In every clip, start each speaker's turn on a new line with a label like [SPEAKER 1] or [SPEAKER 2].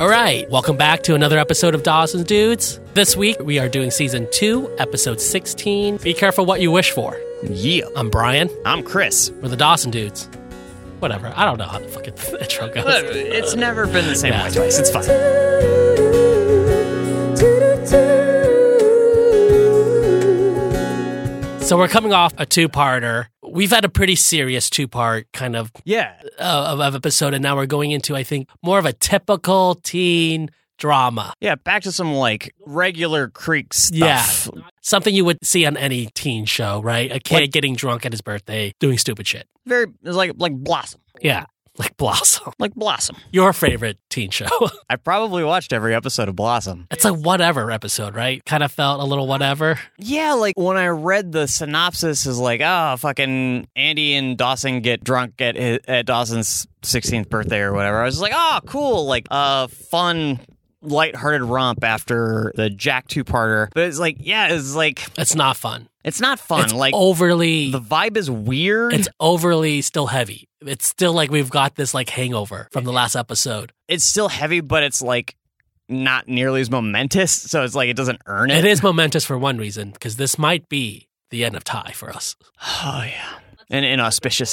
[SPEAKER 1] All right, welcome back to another episode of Dawson's Dudes. This week we are doing season 2, episode 16. Be careful what you wish for.
[SPEAKER 2] Yeah.
[SPEAKER 1] I'm Brian.
[SPEAKER 2] I'm Chris.
[SPEAKER 1] We're the Dawson Dudes. Whatever. I don't know how the fucking intro goes.
[SPEAKER 2] Look, it's never been the same
[SPEAKER 1] Yeah.
[SPEAKER 2] way twice. It's fine.
[SPEAKER 1] So we're coming off a two-parter. We've had a pretty serious two-part kind of
[SPEAKER 2] Yeah.
[SPEAKER 1] uh, of- of episode, and now we're going into I think more of a typical teen drama,
[SPEAKER 2] Yeah. Back to some like regular creek stuff. Yeah.
[SPEAKER 1] something you would see on any teen show, right? A kid
[SPEAKER 2] Like-
[SPEAKER 1] getting drunk at his birthday, doing stupid shit.
[SPEAKER 2] Very it's like like Blossom.
[SPEAKER 1] Yeah, like Blossom,
[SPEAKER 2] Like Blossom.
[SPEAKER 1] your favorite teen show.
[SPEAKER 2] I probably watched every episode of Blossom.
[SPEAKER 1] it's a whatever episode, right? Kind of felt a little whatever.
[SPEAKER 2] Yeah, like when I read the synopsis is like, oh, fucking Andy and Dawson get drunk at hi- at Dawson's 16th birthday or whatever. I was just like, oh, cool, like a uh, fun lighthearted romp after the Jack two-parter. But it's like, yeah, it's like
[SPEAKER 1] It's not fun.
[SPEAKER 2] it's not fun.
[SPEAKER 1] It's
[SPEAKER 2] like
[SPEAKER 1] overly
[SPEAKER 2] the vibe is weird.
[SPEAKER 1] it's overly still heavy. It's still like we've got this like hangover from the last episode.
[SPEAKER 2] it's still heavy, but it's like not nearly as momentous. So it's like it doesn't earn it.
[SPEAKER 1] It is momentous for one reason because this might be the end of tie for us.
[SPEAKER 2] Oh yeah, an inauspicious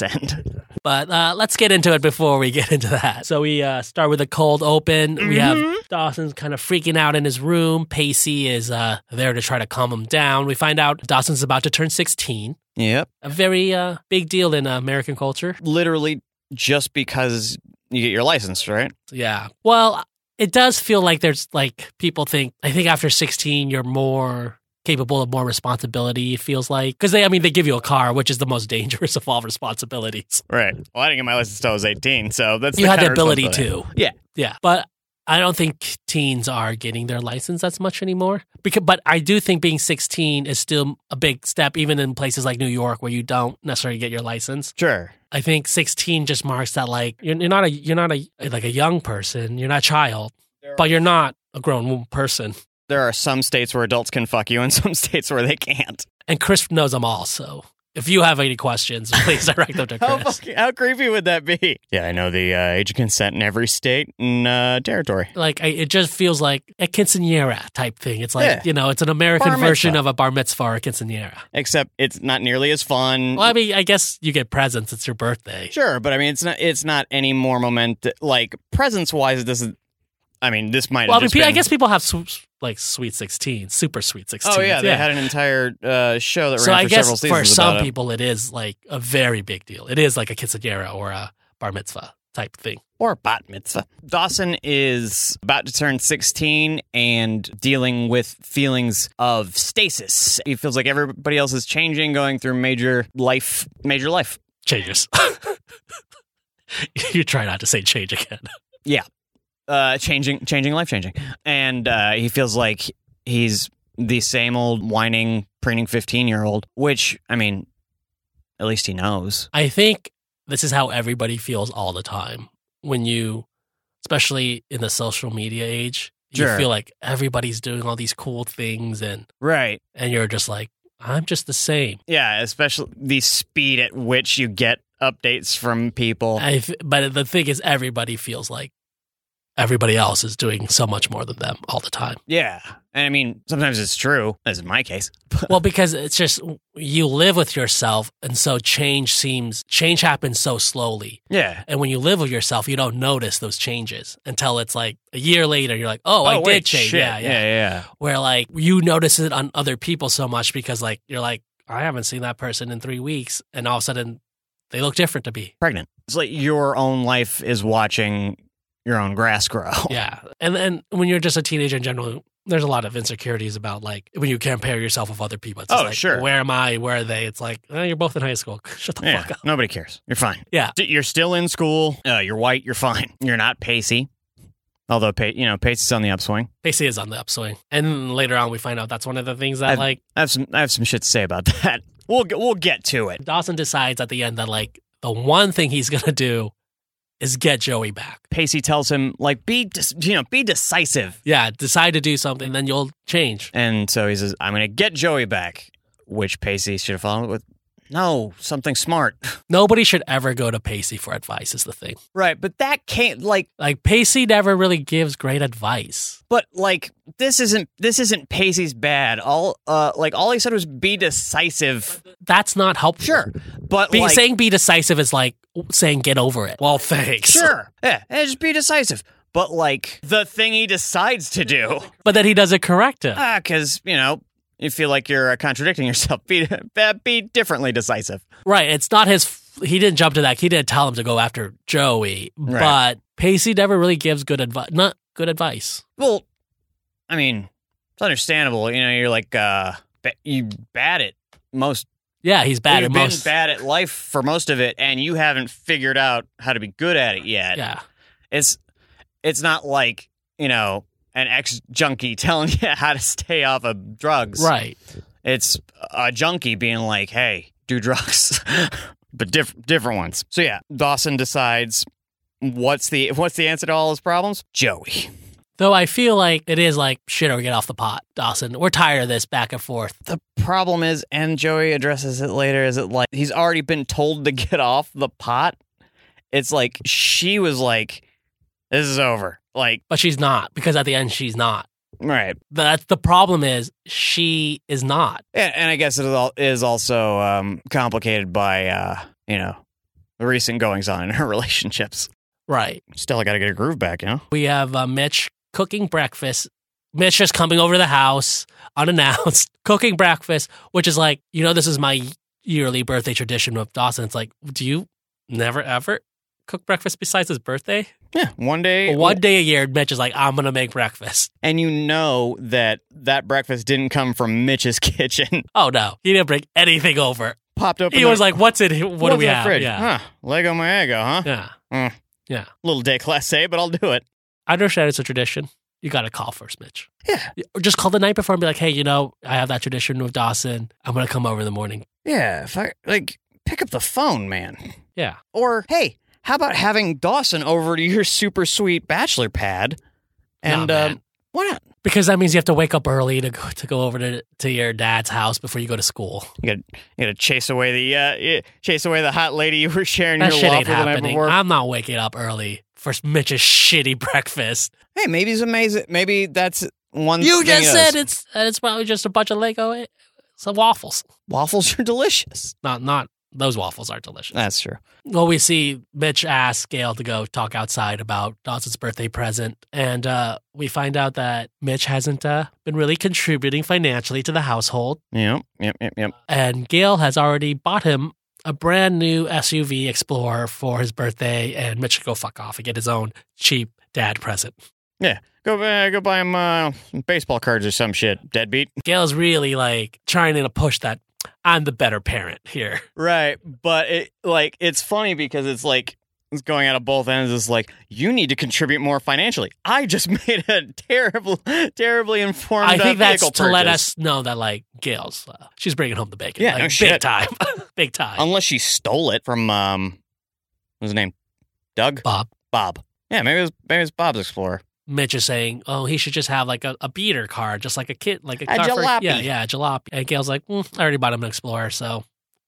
[SPEAKER 2] end.
[SPEAKER 1] But uh, let's get into it before we get into that. So we uh, start with a cold open. We
[SPEAKER 2] Mm-hmm.
[SPEAKER 1] have Dawson's kind of freaking out in his room. Pacey is uh, there to try to calm him down. We find out Dawson's about to turn 16.
[SPEAKER 2] Yep,
[SPEAKER 1] A very uh, big deal in uh, American culture.
[SPEAKER 2] literally just because you get your license, right?
[SPEAKER 1] Yeah. Well, it does feel like there's like people think, I think after 16, you're more capable of more responsibility, it feels like. Because they, I mean, they give you a car, which is the most dangerous of all responsibilities.
[SPEAKER 2] Right. Well, I didn't get my license till I was eighteen, so that's
[SPEAKER 1] you had the ability to.
[SPEAKER 2] Yeah.
[SPEAKER 1] Yeah. But I don't think teens are getting their license as much anymore. Because, but I do think being 16 is still a big step, even in places like New York where you don't necessarily get your license.
[SPEAKER 2] Sure.
[SPEAKER 1] I think 16 just marks that like you're, you're not a you're not a like a young person, you're not a child, but you're not a grown person.
[SPEAKER 2] There are some states where adults can fuck you, and some states where they can't.
[SPEAKER 1] And Chris knows them all, so if you have any questions, please direct them to
[SPEAKER 2] How
[SPEAKER 1] Chris.
[SPEAKER 2] fucking, how creepy would that be? Yeah, I know the uh, age of consent in every state and uh, territory.
[SPEAKER 1] like I, it just feels like a quinceanera type thing. It's like
[SPEAKER 2] Yeah.
[SPEAKER 1] you know, it's an American
[SPEAKER 2] Bar
[SPEAKER 1] version
[SPEAKER 2] mitzvah.
[SPEAKER 1] of a bar mitzvah or a quinceanera.
[SPEAKER 2] Except it's not nearly as fun.
[SPEAKER 1] Well, I mean, I guess you get presents. It's your birthday.
[SPEAKER 2] Sure, but I mean, it's not it's not any more moment like presence wise. It doesn't. I mean, this might.
[SPEAKER 1] Well, I,
[SPEAKER 2] have
[SPEAKER 1] mean,
[SPEAKER 2] just
[SPEAKER 1] pe- I
[SPEAKER 2] been-
[SPEAKER 1] guess people have sw- like sweet sixteen, super sweet sixteen.
[SPEAKER 2] Oh yeah, they had an entire uh, show that
[SPEAKER 1] so
[SPEAKER 2] ran
[SPEAKER 1] I
[SPEAKER 2] for
[SPEAKER 1] guess
[SPEAKER 2] several seasons.
[SPEAKER 1] for some
[SPEAKER 2] about it.
[SPEAKER 1] people, it is like a very big deal. It is like a quinceanera or a bar mitzvah type thing.
[SPEAKER 2] or bat mitzvah. Dawson is about to turn sixteen and dealing with feelings of stasis. He feels like everybody else is changing, going through major life, major life.
[SPEAKER 1] Changes. you try not to say change again.
[SPEAKER 2] uh, changing, changing, life changing, and uh, he feels like he's the same old whining, preening fifteen year old. Which I mean, at least he knows.
[SPEAKER 1] I think this is how everybody feels all the time when you, especially in the social media age, you
[SPEAKER 2] Sure.
[SPEAKER 1] feel like everybody's doing all these cool things and
[SPEAKER 2] Right.
[SPEAKER 1] and you're just like, I'm just the same.
[SPEAKER 2] Yeah, especially the speed at which you get updates from people.
[SPEAKER 1] I th- but the thing is, everybody feels like everybody else is doing so much more than them all the time.
[SPEAKER 2] yeah. And I mean, sometimes it's true, as in my case.
[SPEAKER 1] well, because it's just you live with yourself, and so change seems change happens so slowly.
[SPEAKER 2] Yeah.
[SPEAKER 1] And when you live with yourself, you don't notice those changes until it's like a year later. You're like, oh, I
[SPEAKER 2] wait,
[SPEAKER 1] did change.
[SPEAKER 2] shit.
[SPEAKER 1] Yeah, yeah,
[SPEAKER 2] yeah,
[SPEAKER 1] Where like you notice it on other people so much because like you're like, I haven't seen that person in three weeks, and all of a sudden they look different to me.
[SPEAKER 2] Pregnant. It's like your own life is watching your own grass grow.
[SPEAKER 1] Yeah. And then when you're just a teenager in general, there's a lot of insecurities about like when you compare yourself with other people. It's just
[SPEAKER 2] Oh,
[SPEAKER 1] like,
[SPEAKER 2] sure.
[SPEAKER 1] Where am I? Where are they? It's like, eh, you're both in high school. Shut the
[SPEAKER 2] Yeah,
[SPEAKER 1] fuck up.
[SPEAKER 2] nobody cares. You're fine.
[SPEAKER 1] Yeah.
[SPEAKER 2] D- You're still in school. Uh, you're white. You're fine. You're not Pacey. Although, Pa- you know, Pacey's on the upswing.
[SPEAKER 1] Pacey is on the upswing. And later on, we find out that's one of the things that
[SPEAKER 2] I've-
[SPEAKER 1] like
[SPEAKER 2] I have some, I have some shit to say about that. We'll get, we'll get to it.
[SPEAKER 1] Dawson decides at the end that like the one thing he's going to do is get Joey back.
[SPEAKER 2] Pacey tells him, like, be, dis- you know, be decisive.
[SPEAKER 1] Yeah, decide to do something, then you'll change.
[SPEAKER 2] And so he says, I'm going to get Joey back, which Pacey should have followed with, No, something smart.
[SPEAKER 1] Nobody should ever go to Pacey for advice, is the thing.
[SPEAKER 2] right, but that can't like
[SPEAKER 1] Like, Pacey never really gives great advice.
[SPEAKER 2] but like this isn't this isn't Pacey's bad. All uh like all he said was be decisive.
[SPEAKER 1] That's not helpful.
[SPEAKER 2] Sure. But
[SPEAKER 1] Be,
[SPEAKER 2] like,
[SPEAKER 1] saying be decisive is like saying get over it. Well, thanks.
[SPEAKER 2] sure. Yeah, yeah, just be decisive. But like the thing he decides to do.
[SPEAKER 1] But then he doesn't correct it.
[SPEAKER 2] Ah, cuz, you know, you feel like you're uh, contradicting yourself. Be be differently decisive.
[SPEAKER 1] Right. It's not his. He didn't jump to that. He didn't tell him to go after Joey.
[SPEAKER 2] Right.
[SPEAKER 1] But Pacey never really gives good advice. Not good advice.
[SPEAKER 2] Well, I mean, it's understandable. You know, you're like uh ba- you bad at most
[SPEAKER 1] Yeah, he's bad at
[SPEAKER 2] you've been
[SPEAKER 1] most.
[SPEAKER 2] bad at life for most of it and you haven't figured out how to be good at it yet.
[SPEAKER 1] Yeah.
[SPEAKER 2] It's it's not like, you know, an ex junkie telling you how to stay off of drugs.
[SPEAKER 1] Right.
[SPEAKER 2] It's a junkie being like, "Hey, do drugs." but diff- different ones. So yeah, Dawson decides what's the what's the answer to all his problems? Joey.
[SPEAKER 1] Though I feel like it is like shit or get off the pot, Dawson. We're tired of this back and forth.
[SPEAKER 2] the problem is, and Joey addresses it later, is it like he's already been told to get off the pot? It's like she was like, this is over. Like,
[SPEAKER 1] But she's not because at the end she's not.
[SPEAKER 2] right.
[SPEAKER 1] That's the problem is she is not.
[SPEAKER 2] And, and I guess it is al- is also um, complicated by, uh, you know, the recent goings on in her relationships.
[SPEAKER 1] Right.
[SPEAKER 2] Still, I got to get her groove back, you know?
[SPEAKER 1] We have uh, Mitch cooking breakfast. Mitch just coming over to the house unannounced, cooking breakfast, which is like, you know, this is my yearly birthday tradition with Dawson. It's like, do you never ever cook breakfast besides his birthday?
[SPEAKER 2] Yeah. One day.
[SPEAKER 1] One day a year, Mitch is like, I'm going to make breakfast.
[SPEAKER 2] And you know that that breakfast didn't come from Mitch's kitchen.
[SPEAKER 1] Oh, no. He didn't bring anything over.
[SPEAKER 2] Popped open.
[SPEAKER 1] He
[SPEAKER 2] the-
[SPEAKER 1] was like, what's in here? What
[SPEAKER 2] what's
[SPEAKER 1] do we
[SPEAKER 2] in the
[SPEAKER 1] have?
[SPEAKER 2] Fridge?
[SPEAKER 1] Yeah.
[SPEAKER 2] Huh. Lego my ego, huh?
[SPEAKER 1] Yeah.
[SPEAKER 2] Little dick laissez, but I'll do it.
[SPEAKER 1] I understand it's a tradition. You got to call first, Mitch.
[SPEAKER 2] Yeah.
[SPEAKER 1] Or just call the night before and be like, hey, you know, I have that tradition with Dawson. I'm going to come over in the morning.
[SPEAKER 2] Yeah, if I like pick up the phone, man.
[SPEAKER 1] Yeah.
[SPEAKER 2] Or hey, how about having Dawson over to your super sweet bachelor pad? And
[SPEAKER 1] Nah, man.
[SPEAKER 2] um, why not?
[SPEAKER 1] Because that means you have to wake up early to go, to go over to, to your dad's house before you go to school.
[SPEAKER 2] You gotta chase away the uh, yeah, chase away the hot lady you were sharing
[SPEAKER 1] That
[SPEAKER 2] your
[SPEAKER 1] shit ain't
[SPEAKER 2] loft with the night
[SPEAKER 1] happening.
[SPEAKER 2] before.
[SPEAKER 1] I'm not waking up early for Mitch's shitty breakfast.
[SPEAKER 2] hey, maybe it's amazing. Maybe that's one.
[SPEAKER 1] You
[SPEAKER 2] thing
[SPEAKER 1] just
[SPEAKER 2] it
[SPEAKER 1] said
[SPEAKER 2] is.
[SPEAKER 1] it's uh, it's probably just a bunch of Lego, eh, some waffles.
[SPEAKER 2] waffles are delicious.
[SPEAKER 1] Not not those waffles are delicious.
[SPEAKER 2] That's true.
[SPEAKER 1] Well, we see Mitch ask Gail to go talk outside about Dawson's birthday present, and uh, we find out that Mitch hasn't uh, been really contributing financially to the household,
[SPEAKER 2] Yep, yep, yep, yep.
[SPEAKER 1] and Gail has already bought him a brand new SUV Explorer for his birthday, and Mitch should go fuck off and get his own cheap dad present.
[SPEAKER 2] Go, uh, go buy him uh, baseball cards or some shit. Deadbeat.
[SPEAKER 1] Gail's really like trying to push that I'm the better parent here.
[SPEAKER 2] Right, but it like it's funny because it's like it's going out of both ends. It's like you need to contribute more financially. I just made a terrible, terribly informed.
[SPEAKER 1] I think
[SPEAKER 2] uh,
[SPEAKER 1] that's
[SPEAKER 2] vehicle
[SPEAKER 1] to let
[SPEAKER 2] purchase.
[SPEAKER 1] us know that like Gail's uh, she's bringing home the bacon,
[SPEAKER 2] Yeah,
[SPEAKER 1] like,
[SPEAKER 2] no
[SPEAKER 1] big
[SPEAKER 2] shit.
[SPEAKER 1] time, big time.
[SPEAKER 2] Unless she stole it from um, what was his name? Doug
[SPEAKER 1] Bob.
[SPEAKER 2] Bob. Yeah, maybe it was maybe it's Bob's Explorer.
[SPEAKER 1] Mitch is saying, "Oh, he should just have like a, a beater card, just like a kid, like a,
[SPEAKER 2] A
[SPEAKER 1] car for-
[SPEAKER 2] jalopy.
[SPEAKER 1] yeah, yeah, a jalopy." And Gail's like, mm, "I already bought him an Explorer, so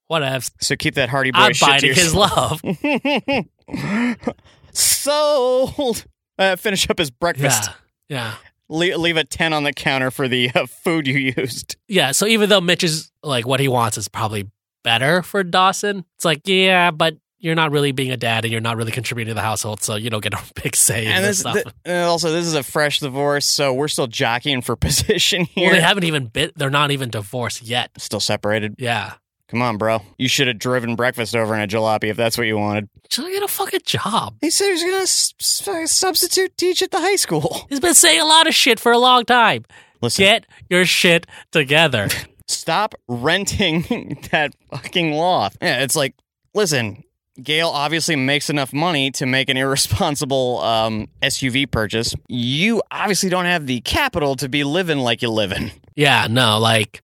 [SPEAKER 1] whatever.
[SPEAKER 2] So keep that Hardy Boy
[SPEAKER 1] I'm
[SPEAKER 2] shit to
[SPEAKER 1] biting his
[SPEAKER 2] yourself.
[SPEAKER 1] love."
[SPEAKER 2] Sold. Uh, finish up his breakfast.
[SPEAKER 1] yeah, yeah,
[SPEAKER 2] Le- leave a ten on the counter for the uh, food you used.
[SPEAKER 1] yeah. So even though Mitch is like what he wants is probably better for Dawson, it's like, yeah, but you're not really being a dad, and you're not really contributing to the household, so you don't get a big say. in
[SPEAKER 2] and
[SPEAKER 1] this
[SPEAKER 2] this,
[SPEAKER 1] stuff.
[SPEAKER 2] th- and also this is a fresh divorce, so we're still jockeying for position here.
[SPEAKER 1] well, they haven't even bit. They're not even divorced yet.
[SPEAKER 2] still separated.
[SPEAKER 1] Yeah,
[SPEAKER 2] Come on, bro. You should have driven breakfast over in a jalopy if that's what you wanted.
[SPEAKER 1] just get a fucking job.
[SPEAKER 2] He said he was gonna s- s- substitute teach at the high school.
[SPEAKER 1] He's been saying a lot of shit for a long time.
[SPEAKER 2] Listen,
[SPEAKER 1] Get your shit together.
[SPEAKER 2] stop renting that fucking loft. Yeah, it's like, listen. Gail obviously makes enough money to make an irresponsible um, SUV purchase. You obviously don't have the capital to be living like you live in.
[SPEAKER 1] Yeah, no, like,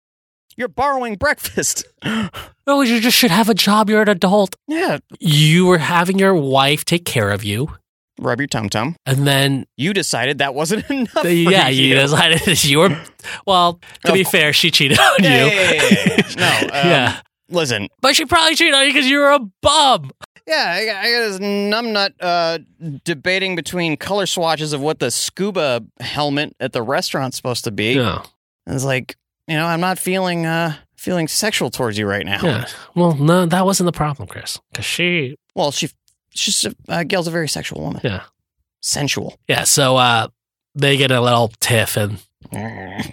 [SPEAKER 2] You're borrowing breakfast.
[SPEAKER 1] no, you just should have a job. You're an adult.
[SPEAKER 2] yeah,
[SPEAKER 1] You were having your wife take care of you.
[SPEAKER 2] rub your tum tum.
[SPEAKER 1] And then,
[SPEAKER 2] You decided that wasn't enough. for
[SPEAKER 1] yeah, you, Oh.
[SPEAKER 2] you.
[SPEAKER 1] decided that you were, well, to
[SPEAKER 2] Of
[SPEAKER 1] be
[SPEAKER 2] cou-
[SPEAKER 1] fair, she cheated on
[SPEAKER 2] Yeah,
[SPEAKER 1] you.
[SPEAKER 2] yeah, yeah, yeah, yeah. No, um,
[SPEAKER 1] yeah.
[SPEAKER 2] Listen,
[SPEAKER 1] But she probably cheated on you because you were a bum.
[SPEAKER 2] yeah, I got, I got this numbnut uh, debating between color swatches of what the scuba helmet at the restaurant's supposed to be.
[SPEAKER 1] Yeah.
[SPEAKER 2] And it's like, you know, I'm not feeling uh, feeling sexual towards you right now.
[SPEAKER 1] Yeah. Well, no, that wasn't the problem, Chris. Because she.
[SPEAKER 2] Well, she she's a, uh, Gail's a very sexual woman.
[SPEAKER 1] Yeah.
[SPEAKER 2] Sensual.
[SPEAKER 1] Yeah. So uh, they get a little tiff, and I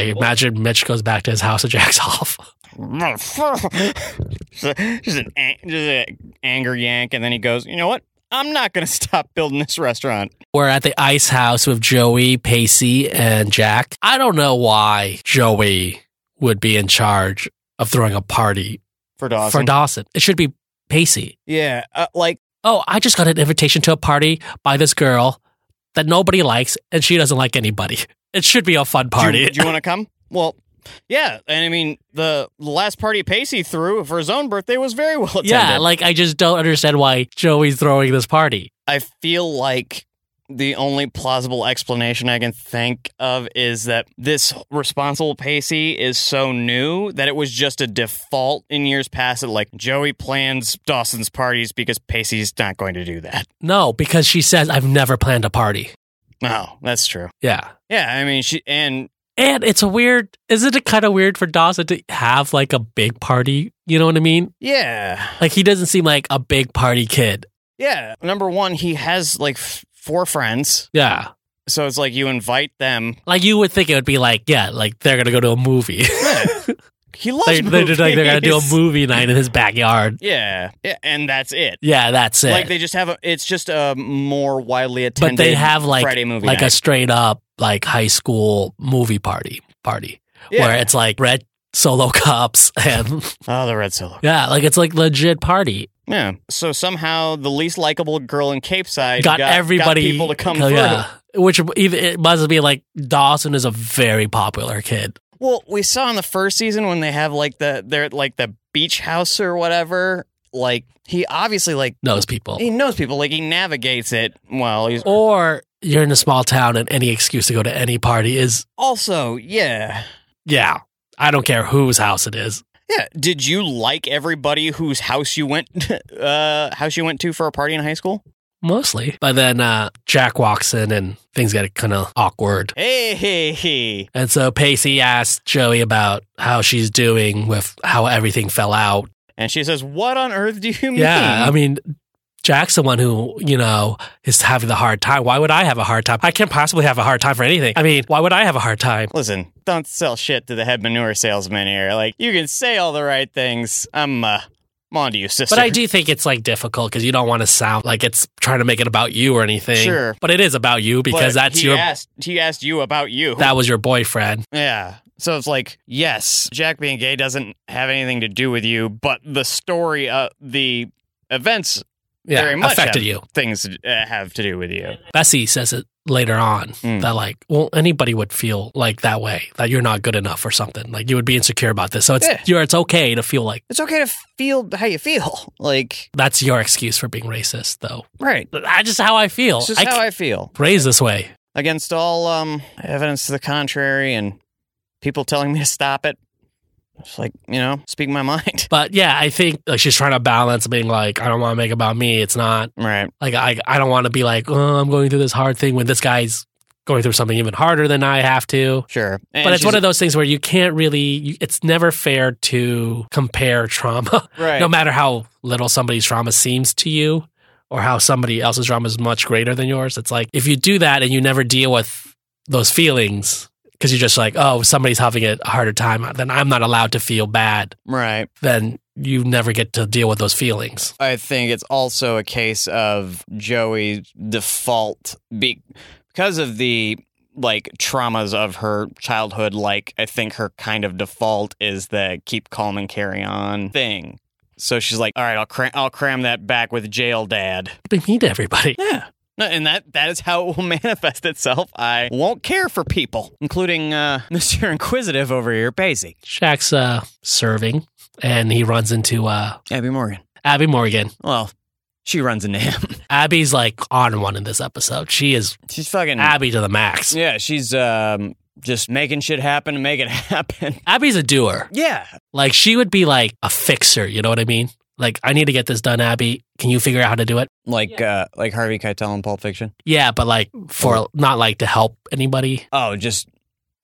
[SPEAKER 1] imagine Mitch goes back to his house and jacks off.
[SPEAKER 2] just, a- just an an- just a anger yank, and then he goes, "You know what? I'm not going to stop building this restaurant."
[SPEAKER 1] We're at the ice house with Joey, Pacey, and Jack. I don't know why Joey would be in charge of throwing a party
[SPEAKER 2] For Dawson,
[SPEAKER 1] for Dawson. It should be Pacey.
[SPEAKER 2] yeah, uh, like
[SPEAKER 1] Oh, I just got an invitation to a party by this girl that nobody likes, and she doesn't like anybody. It should be a fun
[SPEAKER 2] do you-
[SPEAKER 1] party.
[SPEAKER 2] Do you, want to come? Well, yeah, and I mean the the last party Pacey threw for his own birthday was very well attended.
[SPEAKER 1] yeah, like I just don't understand why Joey's throwing this party.
[SPEAKER 2] I feel like the only plausible explanation I can think of is that this responsible Pacey is so new that it was just a default in years past that, like, Joey plans Dawson's parties because Pacey's not going to do that.
[SPEAKER 1] No, because she says I've never planned a party.
[SPEAKER 2] No, Oh, that's true.
[SPEAKER 1] Yeah.
[SPEAKER 2] Yeah, I mean, she, and
[SPEAKER 1] And it's a weird isn't it kind of weird for Dawson to have like a big party? You know what I mean?
[SPEAKER 2] yeah,
[SPEAKER 1] Like he doesn't seem like a big party kid.
[SPEAKER 2] yeah. Number one, he has like f- four friends.
[SPEAKER 1] Yeah.
[SPEAKER 2] So it's like you invite them.
[SPEAKER 1] Like you would think it would be like, yeah, like they're gonna go to a movie.
[SPEAKER 2] He loves
[SPEAKER 1] they, they're, like they're gonna do a
[SPEAKER 2] movies.
[SPEAKER 1] movie night in his backyard.
[SPEAKER 2] Yeah, yeah, and that's it.
[SPEAKER 1] Yeah, that's it.
[SPEAKER 2] Like they just have a. It's just a more widely attended.
[SPEAKER 1] but they have like
[SPEAKER 2] Friday movie
[SPEAKER 1] like a
[SPEAKER 2] night.
[SPEAKER 1] straight up like high school movie party party
[SPEAKER 2] yeah.
[SPEAKER 1] where it's like red solo cups and
[SPEAKER 2] oh the red solo.
[SPEAKER 1] yeah, like it's like legit party.
[SPEAKER 2] Yeah. So somehow the least likable girl in Cape Side
[SPEAKER 1] got,
[SPEAKER 2] got,
[SPEAKER 1] everybody
[SPEAKER 2] got people to come
[SPEAKER 1] oh,
[SPEAKER 2] through.
[SPEAKER 1] yeah. Which either it must be like Dawson is a very popular kid.
[SPEAKER 2] Well, we saw in the first season when they have like the they're at, like the beach house or whatever. Like he obviously like
[SPEAKER 1] Knows people.
[SPEAKER 2] he knows people. Like he navigates it well. He's
[SPEAKER 1] Or you're in a small town and any excuse to go to any party is
[SPEAKER 2] also yeah.
[SPEAKER 1] yeah. I don't care whose house it is.
[SPEAKER 2] Yeah. Did you like everybody whose house you went uh house you went to for a party in high school?
[SPEAKER 1] Mostly. But then uh, Jack walks in and things get kind of awkward.
[SPEAKER 2] Hey, hey, hey.
[SPEAKER 1] And so Pacey asks Joey about how she's doing with how everything fell out.
[SPEAKER 2] And she says, What on earth do you mean?
[SPEAKER 1] Yeah,
[SPEAKER 2] Mm-hmm.
[SPEAKER 1] I mean, Jack's the one who, you know, is having the hard time. Why would I have a hard time? I can't possibly have a hard time for anything. I mean, why would I have a hard time?
[SPEAKER 2] Listen, don't sell shit to the head manure salesman here. Like, you can say all the right things. I'm, uh, I'm on to you, sister.
[SPEAKER 1] But I do think it's like difficult because you don't want to sound like it's trying to make it about you or anything.
[SPEAKER 2] Sure.
[SPEAKER 1] But it is about you
[SPEAKER 2] But
[SPEAKER 1] because that's
[SPEAKER 2] he
[SPEAKER 1] your
[SPEAKER 2] Asked, he asked you about you.
[SPEAKER 1] that was your boyfriend.
[SPEAKER 2] yeah. So it's like, yes, Jack being gay doesn't have anything to do with you, but the story, uh, the events,
[SPEAKER 1] Yeah.
[SPEAKER 2] Very much
[SPEAKER 1] affected
[SPEAKER 2] have.
[SPEAKER 1] you.
[SPEAKER 2] things uh, have to do with you.
[SPEAKER 1] Bessie says it later on
[SPEAKER 2] Mm.
[SPEAKER 1] that like, well, anybody would feel like that way, that you're not good enough or something. Like you would be insecure about this. So it's
[SPEAKER 2] Yeah.
[SPEAKER 1] you're it's okay to feel like
[SPEAKER 2] It's okay to feel how you feel. Like,
[SPEAKER 1] that's your excuse for being racist though.
[SPEAKER 2] right.
[SPEAKER 1] I just how I feel.
[SPEAKER 2] It's just
[SPEAKER 1] I
[SPEAKER 2] how
[SPEAKER 1] can't
[SPEAKER 2] I feel.
[SPEAKER 1] raise this way.
[SPEAKER 2] Against all um, evidence to the contrary and people telling me to stop it. It's like, you know, speak my mind.
[SPEAKER 1] But yeah, I think like she's trying to balance being like, I don't want to make it about me. It's not
[SPEAKER 2] Right.
[SPEAKER 1] like I I don't want to be like, oh, I'm going through this hard thing when this guy's going through something even harder than I have to.
[SPEAKER 2] Sure. And
[SPEAKER 1] but it's one of those things where you can't really. You, it's never fair to compare trauma,
[SPEAKER 2] the right.
[SPEAKER 1] no matter how little somebody's trauma seems to you, or how somebody else's trauma is much greater than yours. It's like if you do that and you never deal with those feelings because you're just like, oh, somebody's having a harder time, uh, then I'm not allowed to feel bad.
[SPEAKER 2] right.
[SPEAKER 1] Then you never get to deal with those feelings.
[SPEAKER 2] I think it's also a case of Joey's default be- because of the like traumas of her childhood. Like I think her kind of default is the keep calm and carry on thing. So she's like, all right, I'll cram, I'll cram that back with jail dad.
[SPEAKER 1] Be mean to everybody.
[SPEAKER 2] Yeah. And that that is how it will manifest itself. I won't care for people, including uh, Mr. Inquisitive over here, Basie.
[SPEAKER 1] Shaq's uh, serving, and he runs into uh,
[SPEAKER 2] Abby Morgan.
[SPEAKER 1] Abby Morgan.
[SPEAKER 2] Well, she runs into him.
[SPEAKER 1] Abby's like on one in this episode. She is
[SPEAKER 2] She's fucking
[SPEAKER 1] Abby to the max.
[SPEAKER 2] Yeah, she's um just making shit happen to make it happen.
[SPEAKER 1] Abby's a doer.
[SPEAKER 2] Yeah.
[SPEAKER 1] Like she would be like a fixer. You know what I mean? Like I need to get this done, Abby. Can you figure out how to do it?
[SPEAKER 2] Like uh like Harvey Keitel in Pulp Fiction.
[SPEAKER 1] Yeah, but like for not like to help anybody,
[SPEAKER 2] Oh, just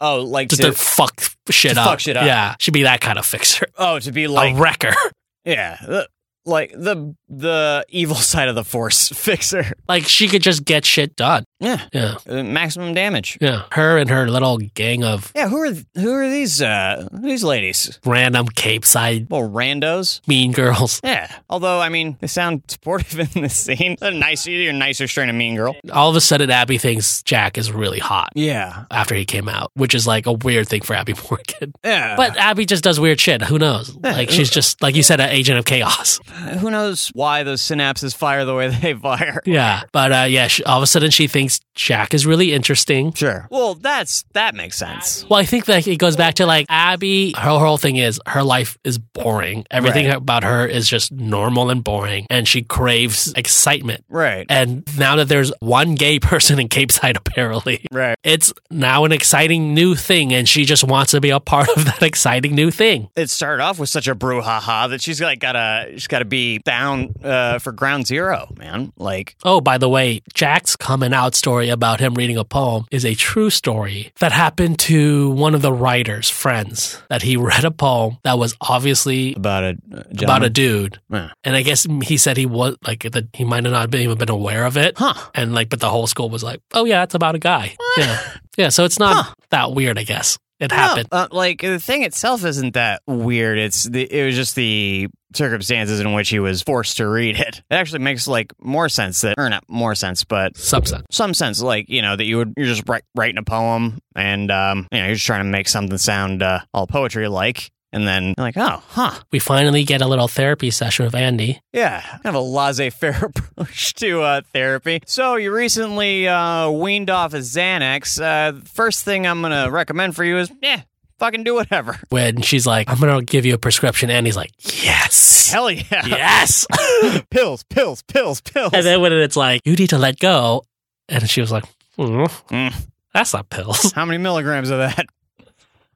[SPEAKER 2] oh, like
[SPEAKER 1] just
[SPEAKER 2] to,
[SPEAKER 1] to fuck shit
[SPEAKER 2] to
[SPEAKER 1] up.
[SPEAKER 2] fuck shit up.
[SPEAKER 1] Yeah, she'd be that kind of fixer,
[SPEAKER 2] oh, to be like
[SPEAKER 1] a wrecker.
[SPEAKER 2] yeah, the- like the the evil side of the force fixer.
[SPEAKER 1] Like she could just get shit done.
[SPEAKER 2] Yeah.
[SPEAKER 1] Yeah,
[SPEAKER 2] Uh, maximum damage.
[SPEAKER 1] yeah. Her and her little gang of
[SPEAKER 2] Yeah, who are th- who are these uh these ladies?
[SPEAKER 1] random Cape Side
[SPEAKER 2] Little randos.
[SPEAKER 1] mean girls.
[SPEAKER 2] Yeah. Although I mean, they sound supportive in this scene. They're nicer. You're nicer straight a mean girl.
[SPEAKER 1] All of a sudden, Abby thinks Jack is really hot
[SPEAKER 2] Yeah.
[SPEAKER 1] after he came out, which is like a weird thing for Abby Morgan.
[SPEAKER 2] Yeah.
[SPEAKER 1] But Abby just does weird shit. Who knows? Like she's just like you said, an agent of chaos.
[SPEAKER 2] who knows why those synapses fire the way they fire?
[SPEAKER 1] Yeah, but uh, yeah, she, all of a sudden she thinks Jack is really interesting.
[SPEAKER 2] Sure. Well, that's that makes sense.
[SPEAKER 1] Well, I think that it goes back to like Abby. Her whole thing is her life is boring. Everything
[SPEAKER 2] Right.
[SPEAKER 1] about her is just normal and boring, and she craves excitement.
[SPEAKER 2] Right.
[SPEAKER 1] And now that there's one gay person in Cape Side, apparently,
[SPEAKER 2] Right.
[SPEAKER 1] it's now an exciting new thing, and she just wants to be a part of that exciting new thing.
[SPEAKER 2] It started off with such a brouhaha that she's like gotta she's gotta be down uh, for ground zero, man. Like
[SPEAKER 1] Oh, by the way, Jack's coming out story about him reading a poem is a true story that happened to one of the writer's friends. That he read a poem that was obviously
[SPEAKER 2] about a
[SPEAKER 1] about a dude.
[SPEAKER 2] Yeah.
[SPEAKER 1] And I guess he said he was like that he might have not been, even been aware of it.
[SPEAKER 2] huh?
[SPEAKER 1] And like, but the whole school was like, "Oh yeah, it's about a guy." Yeah, yeah. So it's not that weird, I guess. It happened.
[SPEAKER 2] No, uh, like the thing itself isn't that weird. It's the it was just the circumstances in which he was forced to read it. It actually makes like more sense that or not more sense, but
[SPEAKER 1] Substance.
[SPEAKER 2] some sense like you know that you would you're just write, writing a poem and um you know you're just trying to make something sound uh, all poetry like and then you're like oh huh
[SPEAKER 1] We finally get a little therapy session with Andy.
[SPEAKER 2] yeah kind of a laissez-faire approach to uh, therapy so you recently uh, weaned off of xanax uh, first thing i'm gonna recommend for you is yeah fucking do whatever
[SPEAKER 1] When she's like, "I'm gonna give you a prescription," Andy's like, "Yes,
[SPEAKER 2] hell yeah,
[SPEAKER 1] yes."
[SPEAKER 2] pills pills pills pills
[SPEAKER 1] and then when it's like, "You need to let go," and she was like, "Hmm,
[SPEAKER 2] Mm.
[SPEAKER 1] "That's not pills."
[SPEAKER 2] how many milligrams of that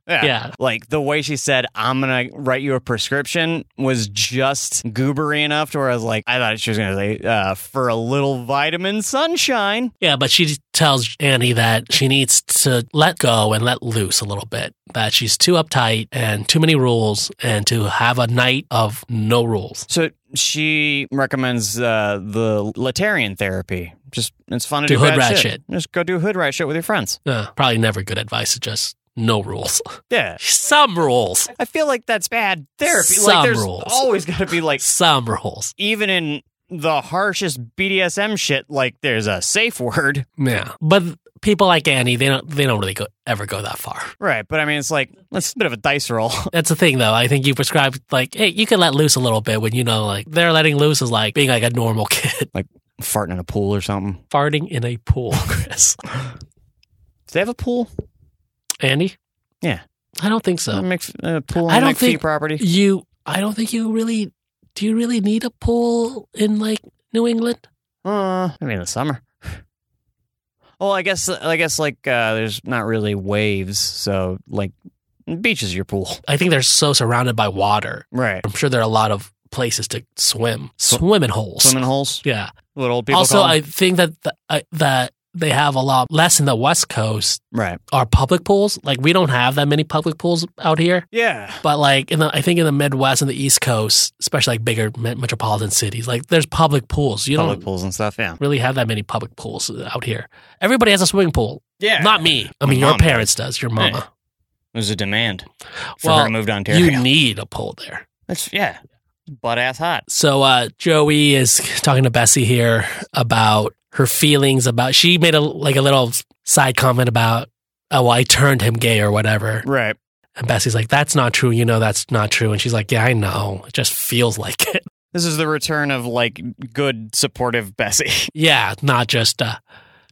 [SPEAKER 1] Yeah.
[SPEAKER 2] Like the way she said, I'm going to write you a prescription was just goobery enough to where I was like, I thought she was going to say, uh, for a little vitamin sunshine.
[SPEAKER 1] Yeah, but she tells Annie that she needs to let go and let loose a little bit, that she's too uptight and too many rules, and to have a night of no rules.
[SPEAKER 2] So she recommends uh, the Letarian therapy. Just, it's fun to
[SPEAKER 1] Do
[SPEAKER 2] do,
[SPEAKER 1] hood
[SPEAKER 2] bad
[SPEAKER 1] rat
[SPEAKER 2] shit.
[SPEAKER 1] shit.
[SPEAKER 2] Just go do hood rat shit with your friends.
[SPEAKER 1] Uh, probably never good advice, it's just no rules.
[SPEAKER 2] Yeah.
[SPEAKER 1] Some rules.
[SPEAKER 2] I feel like that's bad therapy.
[SPEAKER 1] Some
[SPEAKER 2] like there's
[SPEAKER 1] rules.
[SPEAKER 2] always got to be like,
[SPEAKER 1] Some rules.
[SPEAKER 2] even in the harshest BDSM shit, like there's a safe word.
[SPEAKER 1] Yeah. But people like Annie, they don't they don't really go, ever go that far.
[SPEAKER 2] Right. But I mean, it's like, it's a bit of a dice roll.
[SPEAKER 1] That's the thing though. I think you prescribe like, hey, you can let loose a little bit when you know like they're letting loose is like being like a normal kid.
[SPEAKER 2] Farting in a pool or something.
[SPEAKER 1] Farting in a pool, Chris.
[SPEAKER 2] Do they have a pool?
[SPEAKER 1] Andy?
[SPEAKER 2] Yeah.
[SPEAKER 1] I don't think so.
[SPEAKER 2] A mix, a uh, pool on
[SPEAKER 1] I don't
[SPEAKER 2] McPhee
[SPEAKER 1] think-
[SPEAKER 2] property?
[SPEAKER 1] you i don't think you really do you really need a pool in like new england
[SPEAKER 2] Uh, I mean, the summer. Well, I guess I guess like uh, there's not really waves, so like beach is your pool,
[SPEAKER 1] i think they're so surrounded by water
[SPEAKER 2] right?
[SPEAKER 1] i'm sure there are a lot of places to swim swimming holes
[SPEAKER 2] Swimming holes,
[SPEAKER 1] yeah
[SPEAKER 2] little people.
[SPEAKER 1] also
[SPEAKER 2] call 'em.
[SPEAKER 1] i think that the, I that they have a lot less in the west coast
[SPEAKER 2] right?
[SPEAKER 1] are public pools like we don't have that many public pools out here
[SPEAKER 2] Yeah,
[SPEAKER 1] but like in the, i think in the midwest and the east coast especially like bigger me- metropolitan cities like there's public pools you
[SPEAKER 2] public
[SPEAKER 1] don't
[SPEAKER 2] pools and stuff. Yeah,
[SPEAKER 1] really have that many public pools out here everybody has a swimming pool
[SPEAKER 2] yeah.
[SPEAKER 1] Not me. I
[SPEAKER 2] My
[SPEAKER 1] mean, your
[SPEAKER 2] mom
[SPEAKER 1] parents does. Your
[SPEAKER 2] Hey,
[SPEAKER 1] mama.
[SPEAKER 2] There's a demand for
[SPEAKER 1] Well,
[SPEAKER 2] her to move to Ontario.
[SPEAKER 1] you need a pole there.
[SPEAKER 2] That's yeah, butt ass hot.
[SPEAKER 1] So uh, Joey is talking to Bessie here about her feelings about. She made a like a little side comment about, oh, I turned him gay or whatever.
[SPEAKER 2] Right.
[SPEAKER 1] And Bessie's like, that's not true. You know, that's not true. And she's like, yeah, I know. It just feels like it.
[SPEAKER 2] This is the return of like good supportive Bessie.
[SPEAKER 1] yeah, not just uh,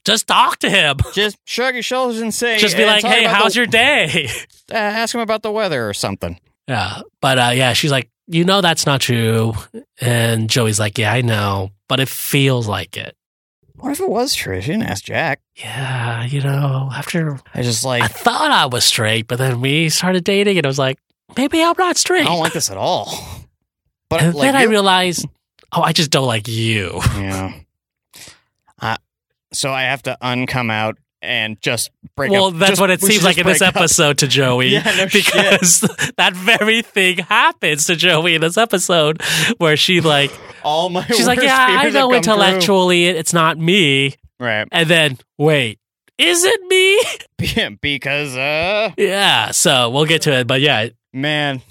[SPEAKER 1] just talk to him.
[SPEAKER 2] Just shrug your shoulders and say,
[SPEAKER 1] Just be
[SPEAKER 2] uh,
[SPEAKER 1] like,
[SPEAKER 2] talk
[SPEAKER 1] hey,
[SPEAKER 2] about
[SPEAKER 1] how's
[SPEAKER 2] the-
[SPEAKER 1] your day?
[SPEAKER 2] uh, ask him about the weather or something.
[SPEAKER 1] Yeah. But uh, yeah, she's like, you know, that's not true. And Joey's like, yeah, I know, but it feels like it.
[SPEAKER 2] What if it was true? She didn't ask Jack.
[SPEAKER 1] Yeah, you know, after
[SPEAKER 2] I just like,
[SPEAKER 1] I
[SPEAKER 2] I
[SPEAKER 1] thought I was straight, but then we started dating and I was like, maybe I'm not straight.
[SPEAKER 2] don't like this at all. But
[SPEAKER 1] and
[SPEAKER 2] like,
[SPEAKER 1] then I
[SPEAKER 2] you-
[SPEAKER 1] realized, oh, I just don't like you.
[SPEAKER 2] yeah. Uh, so I have to uncome out and just break
[SPEAKER 1] well,
[SPEAKER 2] up.
[SPEAKER 1] that's
[SPEAKER 2] Just-
[SPEAKER 1] what it
[SPEAKER 2] we should
[SPEAKER 1] seems like
[SPEAKER 2] just
[SPEAKER 1] in this
[SPEAKER 2] break up.
[SPEAKER 1] episode to Joey.
[SPEAKER 2] Yeah, no shit.
[SPEAKER 1] because that very thing happens to Joey in this episode where she like
[SPEAKER 2] All my
[SPEAKER 1] she's like,
[SPEAKER 2] worst
[SPEAKER 1] Yeah, I
[SPEAKER 2] fears have
[SPEAKER 1] know
[SPEAKER 2] come true."
[SPEAKER 1] intellectually it, it's not me.
[SPEAKER 2] Right.
[SPEAKER 1] And then wait, is it me?
[SPEAKER 2] because uh
[SPEAKER 1] yeah. So we'll get to it. But yeah,
[SPEAKER 2] man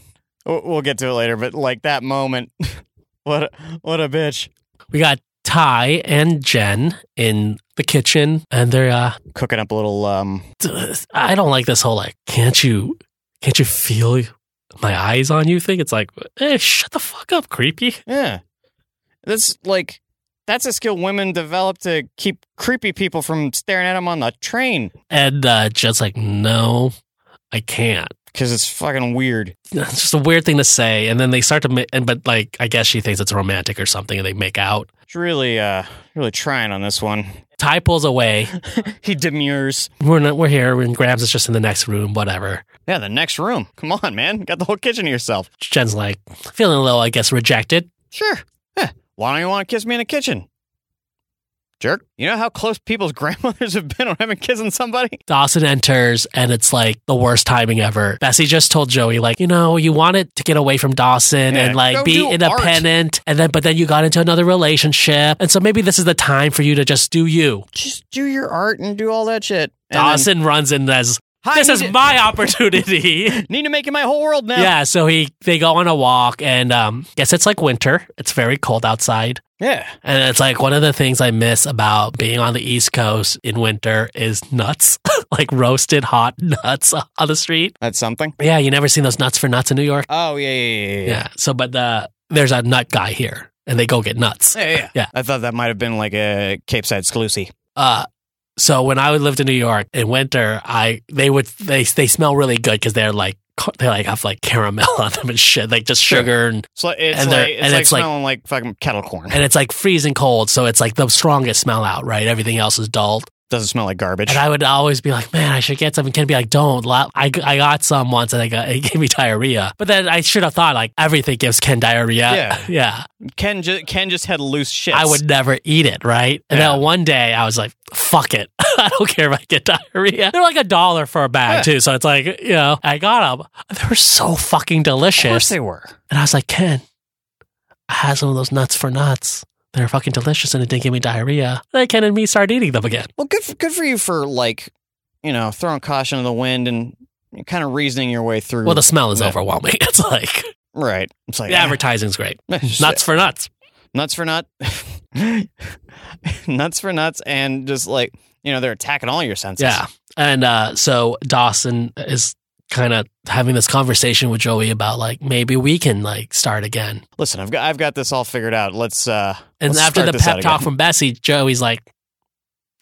[SPEAKER 2] w- we'll get to it later but like that moment what a, what a bitch
[SPEAKER 1] we got Ty and Jen in the kitchen and they're uh
[SPEAKER 2] cooking up a little um
[SPEAKER 1] I don't like this whole like can't you can't you feel my eyes on you thing. It's like, eh, shut the fuck up, creepy.
[SPEAKER 2] yeah that's like that's a skill women develop to keep creepy people from staring at them on the train
[SPEAKER 1] And uh, Jed's like, no, I can't.
[SPEAKER 2] because it's fucking weird
[SPEAKER 1] It's just a weird thing to say. And then they start to, ma- and but like, I guess she thinks it's romantic or something, and they make out.
[SPEAKER 2] it's really uh really trying on this one
[SPEAKER 1] Ty pulls away.
[SPEAKER 2] he demurs
[SPEAKER 1] We're not, we're here. And Grabs is just in the next room. Whatever.
[SPEAKER 2] yeah the next room come on man got the whole kitchen to yourself
[SPEAKER 1] Jen's like feeling a little, I guess, rejected.
[SPEAKER 2] sure yeah. why don't you want to kiss me in the kitchen jerk you know how close people's grandmothers have been when i've been kissing somebody
[SPEAKER 1] Dawson enters, and it's like the worst timing ever. Bessie just told Joey, like, you know, you wanted to get away from Dawson
[SPEAKER 2] Yeah.
[SPEAKER 1] and like
[SPEAKER 2] Go
[SPEAKER 1] be
[SPEAKER 2] do
[SPEAKER 1] independent, and then but then you got into another relationship, and so maybe this is the time for you to just do you.
[SPEAKER 2] just do your art and do all that shit. And then,
[SPEAKER 1] Dawson runs in as
[SPEAKER 2] "Hi,
[SPEAKER 1] this
[SPEAKER 2] need
[SPEAKER 1] is
[SPEAKER 2] to-
[SPEAKER 1] my opportunity.
[SPEAKER 2] need to make it my whole world now.
[SPEAKER 1] yeah, so he they go on a walk and um guess it's like winter. It's very cold outside.
[SPEAKER 2] yeah.
[SPEAKER 1] And it's like one of the things I miss about being on the East Coast in winter is nuts. like roasted hot nuts on the street.
[SPEAKER 2] That's something.
[SPEAKER 1] Yeah, you never seen those nuts for nuts in New York?
[SPEAKER 2] Oh yeah, yeah, yeah, yeah.
[SPEAKER 1] Yeah. So but the there's a nut guy here and they go get nuts.
[SPEAKER 2] Yeah, yeah.
[SPEAKER 1] Yeah.
[SPEAKER 2] I thought that might have been like a Cape Side Sclusy.
[SPEAKER 1] Uh, so when I lived in New York in winter, I they would they they smell really good because they're like ca- they like have like caramel on them and shit, like just
[SPEAKER 2] Sure.
[SPEAKER 1] sugar and
[SPEAKER 2] So it's
[SPEAKER 1] And they're-
[SPEAKER 2] like it's
[SPEAKER 1] and
[SPEAKER 2] like
[SPEAKER 1] it's like-
[SPEAKER 2] smelling like, fucking kettle corn.
[SPEAKER 1] and it's like freezing cold, so it's like the strongest smell out, right? Everything else is dulled.
[SPEAKER 2] Doesn't smell like garbage.
[SPEAKER 1] And I would always be like, man, I should get some. And Ken would be like, don't. La- I, I got some once and I got, it gave me diarrhea. But then I should have thought, like, everything gives Ken diarrhea.
[SPEAKER 2] Yeah.
[SPEAKER 1] yeah.
[SPEAKER 2] Ken ju- Ken just had loose shit.
[SPEAKER 1] I would never eat it, right? And
[SPEAKER 2] Yeah.
[SPEAKER 1] then one day I was like, fuck it. I don't care if I get diarrhea. They're like a dollar for a bag,
[SPEAKER 2] Yeah.
[SPEAKER 1] too. So it's like, you know, I got them. They were so fucking
[SPEAKER 2] Of course
[SPEAKER 1] delicious.
[SPEAKER 2] they were.
[SPEAKER 1] and I was like, Ken, I had some of those nuts for nuts. They're fucking delicious and it didn't give me diarrhea. And then Ken and me started eating them again.
[SPEAKER 2] Well, good for, good for you for like you know throwing caution to the wind and kind of reasoning your way through.
[SPEAKER 1] Well, the smell is
[SPEAKER 2] Yeah.
[SPEAKER 1] overwhelming. It's like,
[SPEAKER 2] right. It's like
[SPEAKER 1] the advertising's great.
[SPEAKER 2] eh, shit.
[SPEAKER 1] Nuts for nuts.
[SPEAKER 2] nuts for nut nuts for nuts and just like you know they're attacking all your senses
[SPEAKER 1] Yeah. And uh, so Dawson is kind of having this conversation with Joey about like, maybe we can like start again.
[SPEAKER 2] listen i've got i've got this all figured out let's uh
[SPEAKER 1] And
[SPEAKER 2] let's
[SPEAKER 1] after
[SPEAKER 2] start
[SPEAKER 1] the
[SPEAKER 2] this
[SPEAKER 1] pep
[SPEAKER 2] out
[SPEAKER 1] talk
[SPEAKER 2] again.
[SPEAKER 1] from Bessie, Joey's like,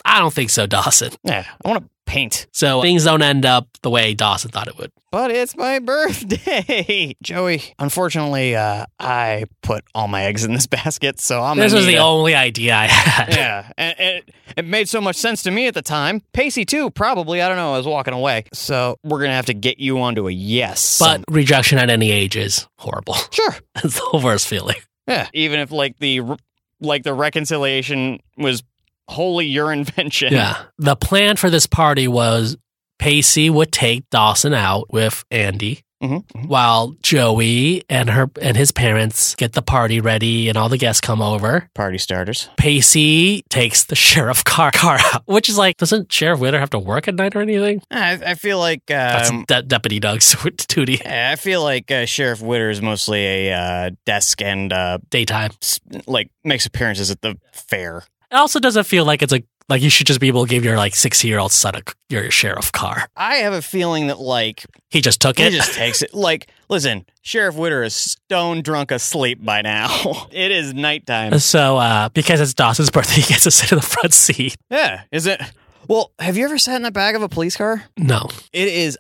[SPEAKER 1] I don't think so, Dawson.
[SPEAKER 2] yeah i want to paint
[SPEAKER 1] So things don't end up the way Dawson thought it would.
[SPEAKER 2] but it's my birthday joey unfortunately uh i put all my eggs in this basket so i'm
[SPEAKER 1] this
[SPEAKER 2] gonna
[SPEAKER 1] was
[SPEAKER 2] need
[SPEAKER 1] the
[SPEAKER 2] a-
[SPEAKER 1] only idea I had.
[SPEAKER 2] yeah, and and it, it made so much sense to me at the time. Pacey too, probably. I don't know. I was walking away, so we're gonna have to get you onto a yes.
[SPEAKER 1] But rejection at any age is horrible.
[SPEAKER 2] sure,
[SPEAKER 1] it's the worst feeling.
[SPEAKER 2] Yeah. Even if like the re- like the reconciliation was wholly your invention.
[SPEAKER 1] Yeah. The plan for this party was Pacey would take Dawson out with Andy
[SPEAKER 2] Mm-hmm.
[SPEAKER 1] while Joey and her and his parents get the party ready and all the guests come over.
[SPEAKER 2] Party starters.
[SPEAKER 1] Pacey takes the sheriff car car out, which is like doesn't Sheriff Witter have to work at night or anything?
[SPEAKER 2] I, I feel like
[SPEAKER 1] That's
[SPEAKER 2] um,
[SPEAKER 1] De- Deputy Doug's duty
[SPEAKER 2] yeah, I feel like uh, Sheriff Witter is mostly a uh, desk and uh,
[SPEAKER 1] daytime.
[SPEAKER 2] s- like makes appearances at the fair.
[SPEAKER 1] It also doesn't feel like it's a like you should just be able to give your like sixty year old son a, your sheriff car.
[SPEAKER 2] I have a feeling that like
[SPEAKER 1] He just took
[SPEAKER 2] he
[SPEAKER 1] it.
[SPEAKER 2] just takes it. Like, listen, Sheriff Witter is stone drunk asleep by now. it is nighttime.
[SPEAKER 1] so uh, because it's Dawson's birthday, he gets to sit in the front seat.
[SPEAKER 2] yeah, is it? Well, have you ever sat in the back of a police car?
[SPEAKER 1] No,
[SPEAKER 2] It is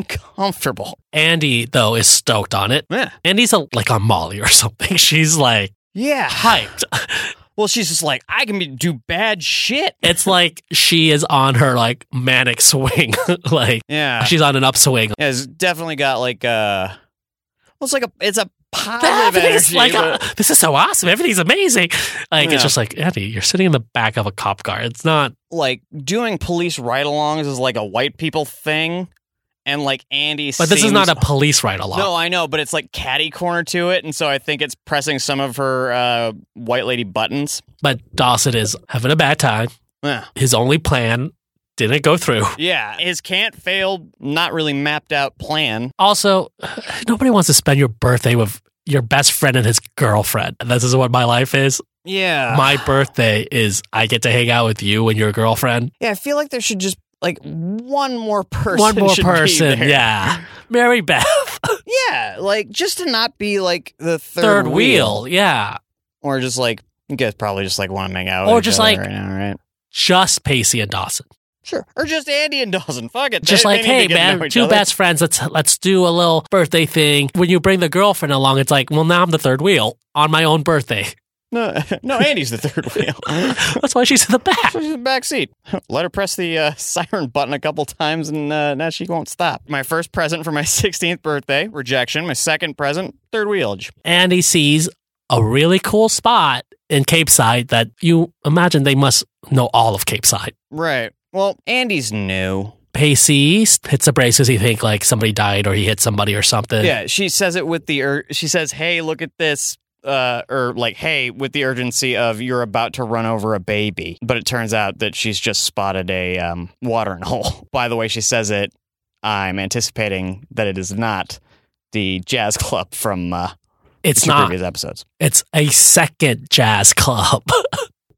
[SPEAKER 2] uncomfortable.
[SPEAKER 1] Andy though is stoked on it.
[SPEAKER 2] Yeah.
[SPEAKER 1] Andy's a, like on Molly or something. She's like
[SPEAKER 2] Yeah.
[SPEAKER 1] hyped.
[SPEAKER 2] Well, she's just like, I can be, do bad shit.
[SPEAKER 1] It's like she is on her like manic swing. like
[SPEAKER 2] Yeah.
[SPEAKER 1] she's on an upswing.
[SPEAKER 2] yeah. It's definitely got like uh well, it's like a it's a positive
[SPEAKER 1] Everything's
[SPEAKER 2] energy.
[SPEAKER 1] like
[SPEAKER 2] but-
[SPEAKER 1] "Oh, this Ah, is so awesome. Everything's amazing. Like
[SPEAKER 2] Yeah.
[SPEAKER 1] it's just like Andy, you're sitting in the back of a cop car. It's not
[SPEAKER 2] like doing police ride-alongs is like a white people thing, and like Andy.
[SPEAKER 1] but this is not a
[SPEAKER 2] seems-
[SPEAKER 1] police ride along.
[SPEAKER 2] No, I know, but it's like catty corner to it, and so I think it's pressing some of her uh, white lady buttons.
[SPEAKER 1] But Dawson is having a bad time.
[SPEAKER 2] Yeah.
[SPEAKER 1] His only plan didn't go through.
[SPEAKER 2] yeah, his can't fail, not really mapped out plan.
[SPEAKER 1] Also, nobody wants to spend your birthday with your best friend and his girlfriend. This is what my life is.
[SPEAKER 2] Yeah,
[SPEAKER 1] my birthday is I get to hang out with you and your girlfriend.
[SPEAKER 2] yeah. I feel like there should just like one more person.
[SPEAKER 1] One more
[SPEAKER 2] should be
[SPEAKER 1] person.
[SPEAKER 2] there.
[SPEAKER 1] Yeah. Mary Beth.
[SPEAKER 2] yeah. Like just to not be like the third,
[SPEAKER 1] Third, wheel. Yeah.
[SPEAKER 2] or just like you guys probably just like want to hang out,
[SPEAKER 1] Or
[SPEAKER 2] with each
[SPEAKER 1] just,
[SPEAKER 2] other
[SPEAKER 1] like-
[SPEAKER 2] right now, right?
[SPEAKER 1] Just Pacey and Dawson.
[SPEAKER 2] Sure. Or just Andy and Dawson. Fuck it.
[SPEAKER 1] Just
[SPEAKER 2] They-
[SPEAKER 1] like,
[SPEAKER 2] they need
[SPEAKER 1] hey
[SPEAKER 2] to get to know
[SPEAKER 1] man,
[SPEAKER 2] each
[SPEAKER 1] two
[SPEAKER 2] other.
[SPEAKER 1] best friends. Let's let's do a little birthday thing. When you bring the girlfriend along, it's like, well, now I'm the third wheel on my own birthday.
[SPEAKER 2] No, no, Andy's the third wheel.
[SPEAKER 1] That's why she's in the back.
[SPEAKER 2] She's in the back seat. Let her press the uh, siren button a couple times, and uh, now she won't stop. My first present for my 16th birthday, rejection. My second present, third wheelage.
[SPEAKER 1] And he sees a really cool spot in Cape Side that you imagine they must know all of Cape Side.
[SPEAKER 2] Right. Well, Andy's new.
[SPEAKER 1] Pacey hits the brakes because he think like somebody died or he hit somebody or something.
[SPEAKER 2] Yeah, she says it with the. Ur- she says, "Hey, look at this." Uh, or like, hey, with the urgency of you're about to run over a baby, but it turns out that she's just spotted a um, watering hole. By the way, she says it. I'm anticipating that it is not the jazz club from uh,
[SPEAKER 1] It's
[SPEAKER 2] two
[SPEAKER 1] not.
[SPEAKER 2] previous episodes.
[SPEAKER 1] It's a second jazz club.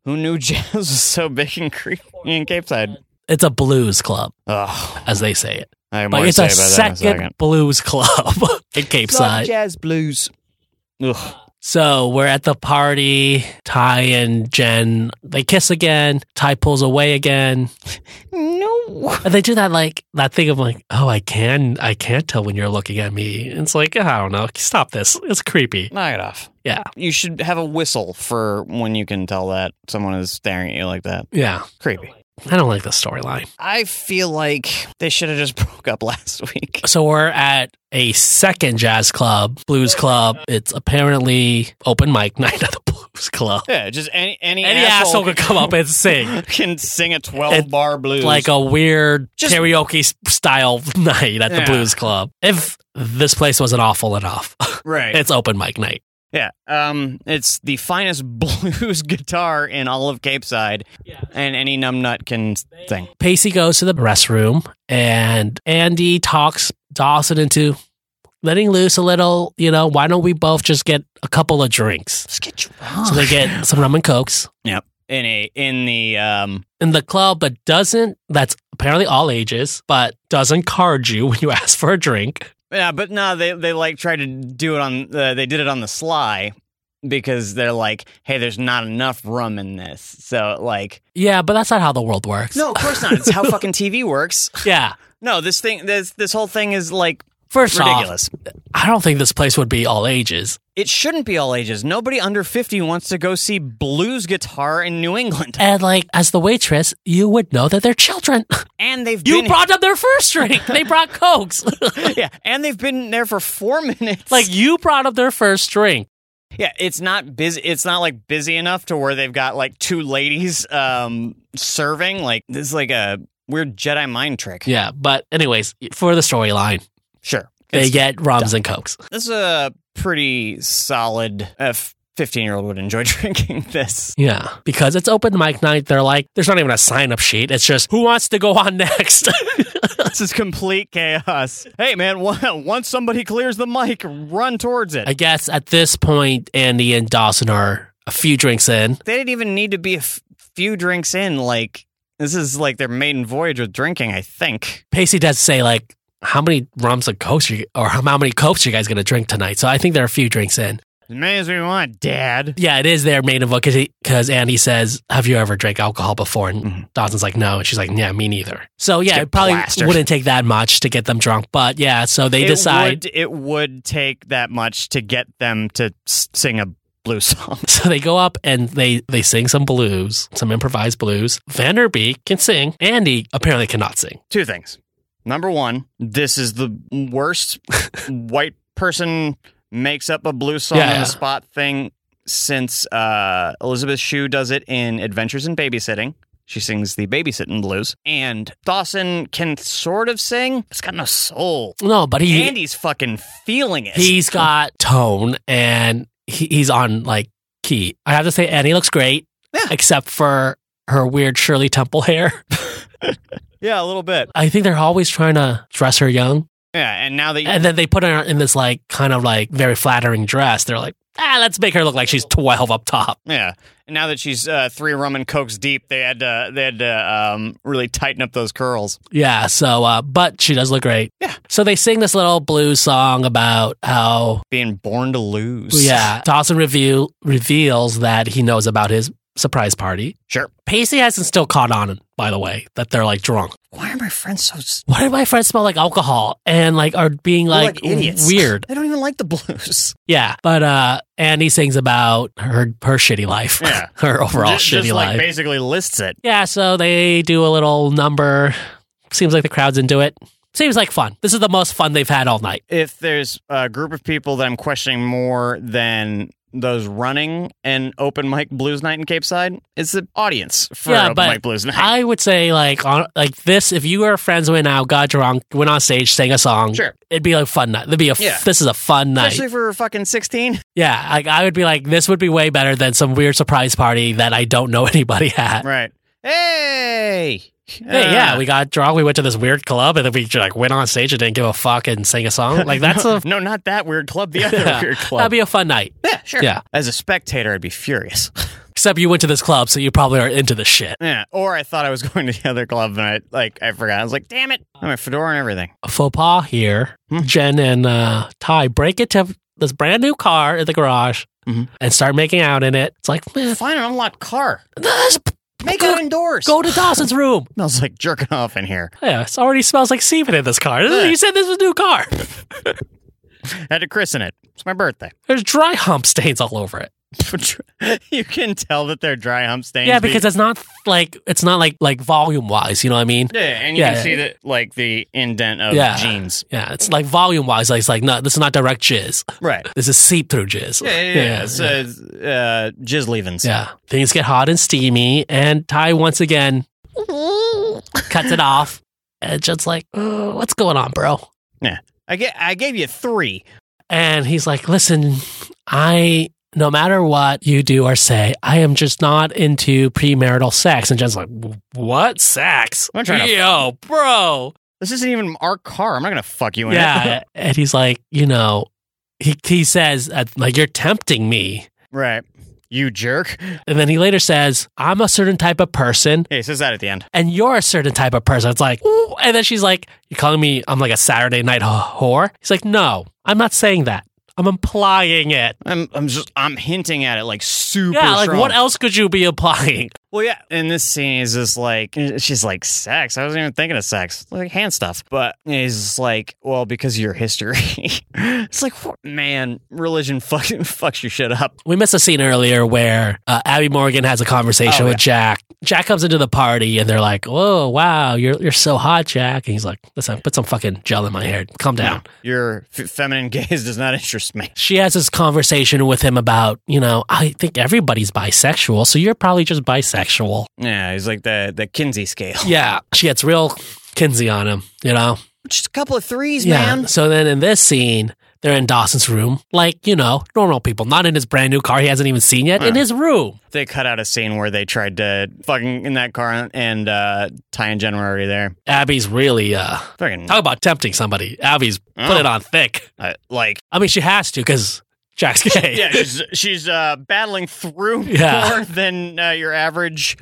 [SPEAKER 2] Who knew jazz was so big in, Cre- in Cape Side?
[SPEAKER 1] it's a blues club,
[SPEAKER 2] Oh,
[SPEAKER 1] as they say it.
[SPEAKER 2] I have more
[SPEAKER 1] Like
[SPEAKER 2] to
[SPEAKER 1] it's
[SPEAKER 2] say
[SPEAKER 1] a
[SPEAKER 2] about that in a
[SPEAKER 1] second,
[SPEAKER 2] second.
[SPEAKER 1] blues club in Cape Side.
[SPEAKER 2] jazz blues. Ugh.
[SPEAKER 1] So we're at the party. Ty and Jen they kiss again. Ty pulls away again,
[SPEAKER 2] No.
[SPEAKER 1] and they do that like that thing of like, oh, I can, I can't tell when you're looking at me. And it's like I don't know. Stop this. It's creepy.
[SPEAKER 2] Knock it off.
[SPEAKER 1] Yeah.
[SPEAKER 2] You should have a whistle for when you can tell that someone is staring at you like that.
[SPEAKER 1] Yeah,
[SPEAKER 2] Creepy.
[SPEAKER 1] I don't like this storyline.
[SPEAKER 2] I feel like they should have just broke up last week.
[SPEAKER 1] So we're at a second jazz club, blues club. It's apparently open mic night at the blues club.
[SPEAKER 2] Yeah, just any any,
[SPEAKER 1] Any asshole could come up and sing.
[SPEAKER 2] can sing a 12 bar blues.
[SPEAKER 1] Like a weird
[SPEAKER 2] Just-
[SPEAKER 1] karaoke s- style night at
[SPEAKER 2] Yeah.
[SPEAKER 1] the blues club. If this place wasn't awful enough,
[SPEAKER 2] right.
[SPEAKER 1] it's open mic night.
[SPEAKER 2] Yeah, um, it's the finest blues guitar in all of Cape Side, and any numbnut can sing.
[SPEAKER 1] Pacey goes to the restroom and Andy talks Dawson into letting loose a little. You know, why don't we both just get a couple of drinks?
[SPEAKER 2] Let's get you
[SPEAKER 1] So they get some rum and cokes.
[SPEAKER 2] in a in the um.
[SPEAKER 1] in the club but doesn't that's apparently all ages but doesn't card you when you ask for a drink
[SPEAKER 2] Yeah, but no, they they like tried to do it on. Uh, they did it on the sly because they're like, hey, there's not enough rum in this, so like,
[SPEAKER 1] yeah but that's not how the world works
[SPEAKER 2] no, of course not. It's how fucking TV works.
[SPEAKER 1] yeah
[SPEAKER 2] No, this thing, this this whole thing is like
[SPEAKER 1] first off
[SPEAKER 2] ridiculous.
[SPEAKER 1] i don't think this place would be all ages
[SPEAKER 2] It shouldn't be all ages. Nobody under fifty wants to go see blues guitar in New England,
[SPEAKER 1] and like as the waitress you would know that they're children
[SPEAKER 2] and they've
[SPEAKER 1] you
[SPEAKER 2] been
[SPEAKER 1] brought up their first drink they brought cokes
[SPEAKER 2] yeah, and they've been there for four minutes.
[SPEAKER 1] like you brought up their first drink
[SPEAKER 2] yeah, it's not busy. It's not like busy enough to where they've got like two ladies um serving. Like this is like a weird Jedi mind trick.
[SPEAKER 1] yeah but anyways for the storyline
[SPEAKER 2] sure.
[SPEAKER 1] they
[SPEAKER 2] It's-
[SPEAKER 1] get rums and cokes
[SPEAKER 2] this is a pretty solid. F- Fifteen-year-old would enjoy drinking this.
[SPEAKER 1] yeah because it's open mic night they're like there's not even a sign-up sheet it's just who wants to go on next
[SPEAKER 2] This is complete chaos. Hey, man! on- Once somebody clears the mic, run towards it.
[SPEAKER 1] I guess at this point, Andy and Dawson are a few drinks in.
[SPEAKER 2] they didn't even need to be a f- few drinks in. Like this is like their maiden voyage with drinking. I think.
[SPEAKER 1] Pacey does say like, "How many rums of cokes you, or how many cokes you guys gonna drink tonight?" So I think there are a few drinks in.
[SPEAKER 2] As many as we want, Dad.
[SPEAKER 1] Yeah, it is their main of because Andy says, "Have you ever drank alcohol before?" And
[SPEAKER 2] Mhm.
[SPEAKER 1] Dawson's like, "No," and she's like, "Yeah, me neither." So yeah,
[SPEAKER 2] get
[SPEAKER 1] it probably
[SPEAKER 2] plastered.
[SPEAKER 1] wouldn't take that much to get them drunk, but yeah, so they
[SPEAKER 2] it
[SPEAKER 1] decide.
[SPEAKER 2] Would, it would take that much to get them to s- sing a blues song.
[SPEAKER 1] So they go up and they they sing some blues, some improvised blues. Vanderbeek can sing. Andy apparently cannot sing.
[SPEAKER 2] Two things. Number one, this is the worst white person makes up a blues song
[SPEAKER 1] Yeah,
[SPEAKER 2] on
[SPEAKER 1] yeah.
[SPEAKER 2] the spot thing since uh, Elizabeth Shue does it in Adventures in Babysitting. She sings the babysitting blues, and Dawson can sort of sing. It's got no soul.
[SPEAKER 1] No, but he
[SPEAKER 2] Andy's fucking feeling it.
[SPEAKER 1] he's got tone and he, he's on like key. I have to say, Annie looks great,
[SPEAKER 2] Yeah.
[SPEAKER 1] except for her weird Shirley Temple hair.
[SPEAKER 2] yeah, a little bit.
[SPEAKER 1] I think they're always trying to dress her young,
[SPEAKER 2] Yeah, and now that
[SPEAKER 1] and then they put her in this like kind of like very flattering dress. They're like, ah, let's make her look like she's twelve up top.
[SPEAKER 2] Yeah, and now that she's uh, three rum and cokes deep, they had to they had to um, really tighten up those curls.
[SPEAKER 1] Yeah. So, uh, but she does look great.
[SPEAKER 2] Yeah.
[SPEAKER 1] So they sing this little blues song about how
[SPEAKER 2] Being born to lose.
[SPEAKER 1] yeah Dawson reveal reveals that he knows about his surprise party.
[SPEAKER 2] sure.
[SPEAKER 1] Pacey hasn't still caught on, by the way, that they're like drunk.
[SPEAKER 2] Why are my friends so s-
[SPEAKER 1] why do my friends smell like alcohol and like are being
[SPEAKER 2] they're
[SPEAKER 1] like,
[SPEAKER 2] idiots?
[SPEAKER 1] weird?
[SPEAKER 2] They don't even like the blues.
[SPEAKER 1] Yeah. But uh Andy sings about her her shitty life.
[SPEAKER 2] Yeah.
[SPEAKER 1] her overall
[SPEAKER 2] Just-
[SPEAKER 1] shitty
[SPEAKER 2] just, like,
[SPEAKER 1] life.
[SPEAKER 2] basically lists it.
[SPEAKER 1] yeah, so they do a little number. Seems like the crowd's into it. Seems like fun. This is the most fun they've had all night.
[SPEAKER 2] If there's a group of people that I'm questioning more than those running an open mic blues night in Cape Side, it's the audience for
[SPEAKER 1] Yeah,
[SPEAKER 2] open
[SPEAKER 1] but
[SPEAKER 2] mic blues night.
[SPEAKER 1] I would say like on like this, if you were friends right now, got drunk, went on stage, sang a song,
[SPEAKER 2] Sure.
[SPEAKER 1] it'd be a fun night. It'd be a f-
[SPEAKER 2] Yeah.
[SPEAKER 1] this is a fun night.
[SPEAKER 2] Especially for fucking 16.
[SPEAKER 1] yeah, like I would be like this would be way better than some weird surprise party that I don't know anybody at.
[SPEAKER 2] Right. Uh. Hey.
[SPEAKER 1] Hey, yeah, we got drunk. We went to this weird club, and then we like went on stage and didn't give a fuck and sang a song. Like that's a
[SPEAKER 2] no, not that weird club. The other
[SPEAKER 1] Yeah.
[SPEAKER 2] weird club.
[SPEAKER 1] that'd be a fun night.
[SPEAKER 2] yeah, sure.
[SPEAKER 1] Yeah.
[SPEAKER 2] As a spectator, I'd be furious.
[SPEAKER 1] Except you went to this club, so you probably are into the shit.
[SPEAKER 2] yeah. Or I thought I was going to the other club, and I like I forgot. I was like, damn it, I'm a fedora and everything.
[SPEAKER 1] A faux pas here.
[SPEAKER 2] Hmm.
[SPEAKER 1] Jen and uh, Ty break into this brand new car in the garage
[SPEAKER 2] Mhm.
[SPEAKER 1] and start making out in it. It's like, man,
[SPEAKER 2] Find an unlocked car.
[SPEAKER 1] let's Mm.
[SPEAKER 2] Make
[SPEAKER 1] Go-
[SPEAKER 2] it indoors.
[SPEAKER 1] go to Dawson's room.
[SPEAKER 2] Smells like jerking off in here.
[SPEAKER 1] Yeah, it already smells like semen in this car.
[SPEAKER 2] Yeah.
[SPEAKER 1] You said this was a new car.
[SPEAKER 2] Had to christen it. It's my birthday.
[SPEAKER 1] There's dry hump stains all over it.
[SPEAKER 2] you can tell that they're dry hump stains.
[SPEAKER 1] Yeah, because it's not like it's not like like volume wise. You know what I mean?
[SPEAKER 2] yeah, and you
[SPEAKER 1] Yeah,
[SPEAKER 2] can
[SPEAKER 1] yeah.
[SPEAKER 2] see that like the indent of
[SPEAKER 1] Yeah.
[SPEAKER 2] jeans.
[SPEAKER 1] Yeah, it's like volume wise, like, it's like no, this is not direct jizz.
[SPEAKER 2] Right.
[SPEAKER 1] This is seep through jizz.
[SPEAKER 2] Yeah, yeah, yeah. So,
[SPEAKER 1] yeah.
[SPEAKER 2] uh, jizz leavings.
[SPEAKER 1] Yeah. Things get hot and steamy, and Ty once again cuts it off. And Judd's like, "Uh, "What's going on, bro?"
[SPEAKER 2] I get. I gave you three.
[SPEAKER 1] And he's like, "Listen, I." No matter what you do or say, I am just not into premarital sex. And Jen's like, "What sex?
[SPEAKER 2] I'm trying to-
[SPEAKER 1] Yo, bro,
[SPEAKER 2] This isn't even our car. I'm not gonna fuck you in it.
[SPEAKER 1] yeah." and he's like, "You know," he he says, uh, "Like you're tempting me."
[SPEAKER 2] right. You jerk.
[SPEAKER 1] And then he later says, I'm a certain type of person
[SPEAKER 2] Yeah, he says that at the end.
[SPEAKER 1] and you're a certain type of person. It's like, ooh. And then she's like, You're calling me, I'm like a Saturday night wh- whore? He's like, No, I'm not saying that. I'm implying it.
[SPEAKER 2] I'm. I'm just. I'm hinting at it like super.
[SPEAKER 1] yeah, like
[SPEAKER 2] strong.
[SPEAKER 1] what else could you be implying?
[SPEAKER 2] Well, yeah. And this scene is just like, eh, she's like, sex. I wasn't even thinking of sex, like hand stuff. But he's just like, well, because of your history. it's like, wh- man, religion fucking fucks your shit up.
[SPEAKER 1] We missed a scene earlier where uh, Abby Morgan has a conversation
[SPEAKER 2] Oh,
[SPEAKER 1] with
[SPEAKER 2] yeah.
[SPEAKER 1] Jack. Jack comes into the party and they're like, "Whoa, wow, you're you're so hot, Jack." And he's like, "Listen, put some fucking gel in my hair. Calm down."
[SPEAKER 2] Your f- feminine gaze does not interest me.
[SPEAKER 1] she has this conversation with him about, you know, I think everybody's bisexual, so you're probably just bisexual.
[SPEAKER 2] Yeah, he's like the, the Kinsey scale.
[SPEAKER 1] Yeah. She gets real Kinsey on him, you know?
[SPEAKER 2] Just a couple of threes,
[SPEAKER 1] yeah.
[SPEAKER 2] man.
[SPEAKER 1] So then in this scene, they're in Dawson's room, like, you know, normal people, not in his brand new car he hasn't even seen yet, in
[SPEAKER 2] Yeah.
[SPEAKER 1] his room.
[SPEAKER 2] They cut out a scene where they tried to fucking in that car and uh, Ty and Jen were already there.
[SPEAKER 1] Abby's really, uh,
[SPEAKER 2] Fucking,
[SPEAKER 1] talk about tempting somebody. Abby's put
[SPEAKER 2] Oh.
[SPEAKER 1] it on thick.
[SPEAKER 2] uh, like,
[SPEAKER 1] I mean, she has to because Jack's gay.
[SPEAKER 2] yeah, she's, she's uh, battling through
[SPEAKER 1] Yeah.
[SPEAKER 2] more than uh, your average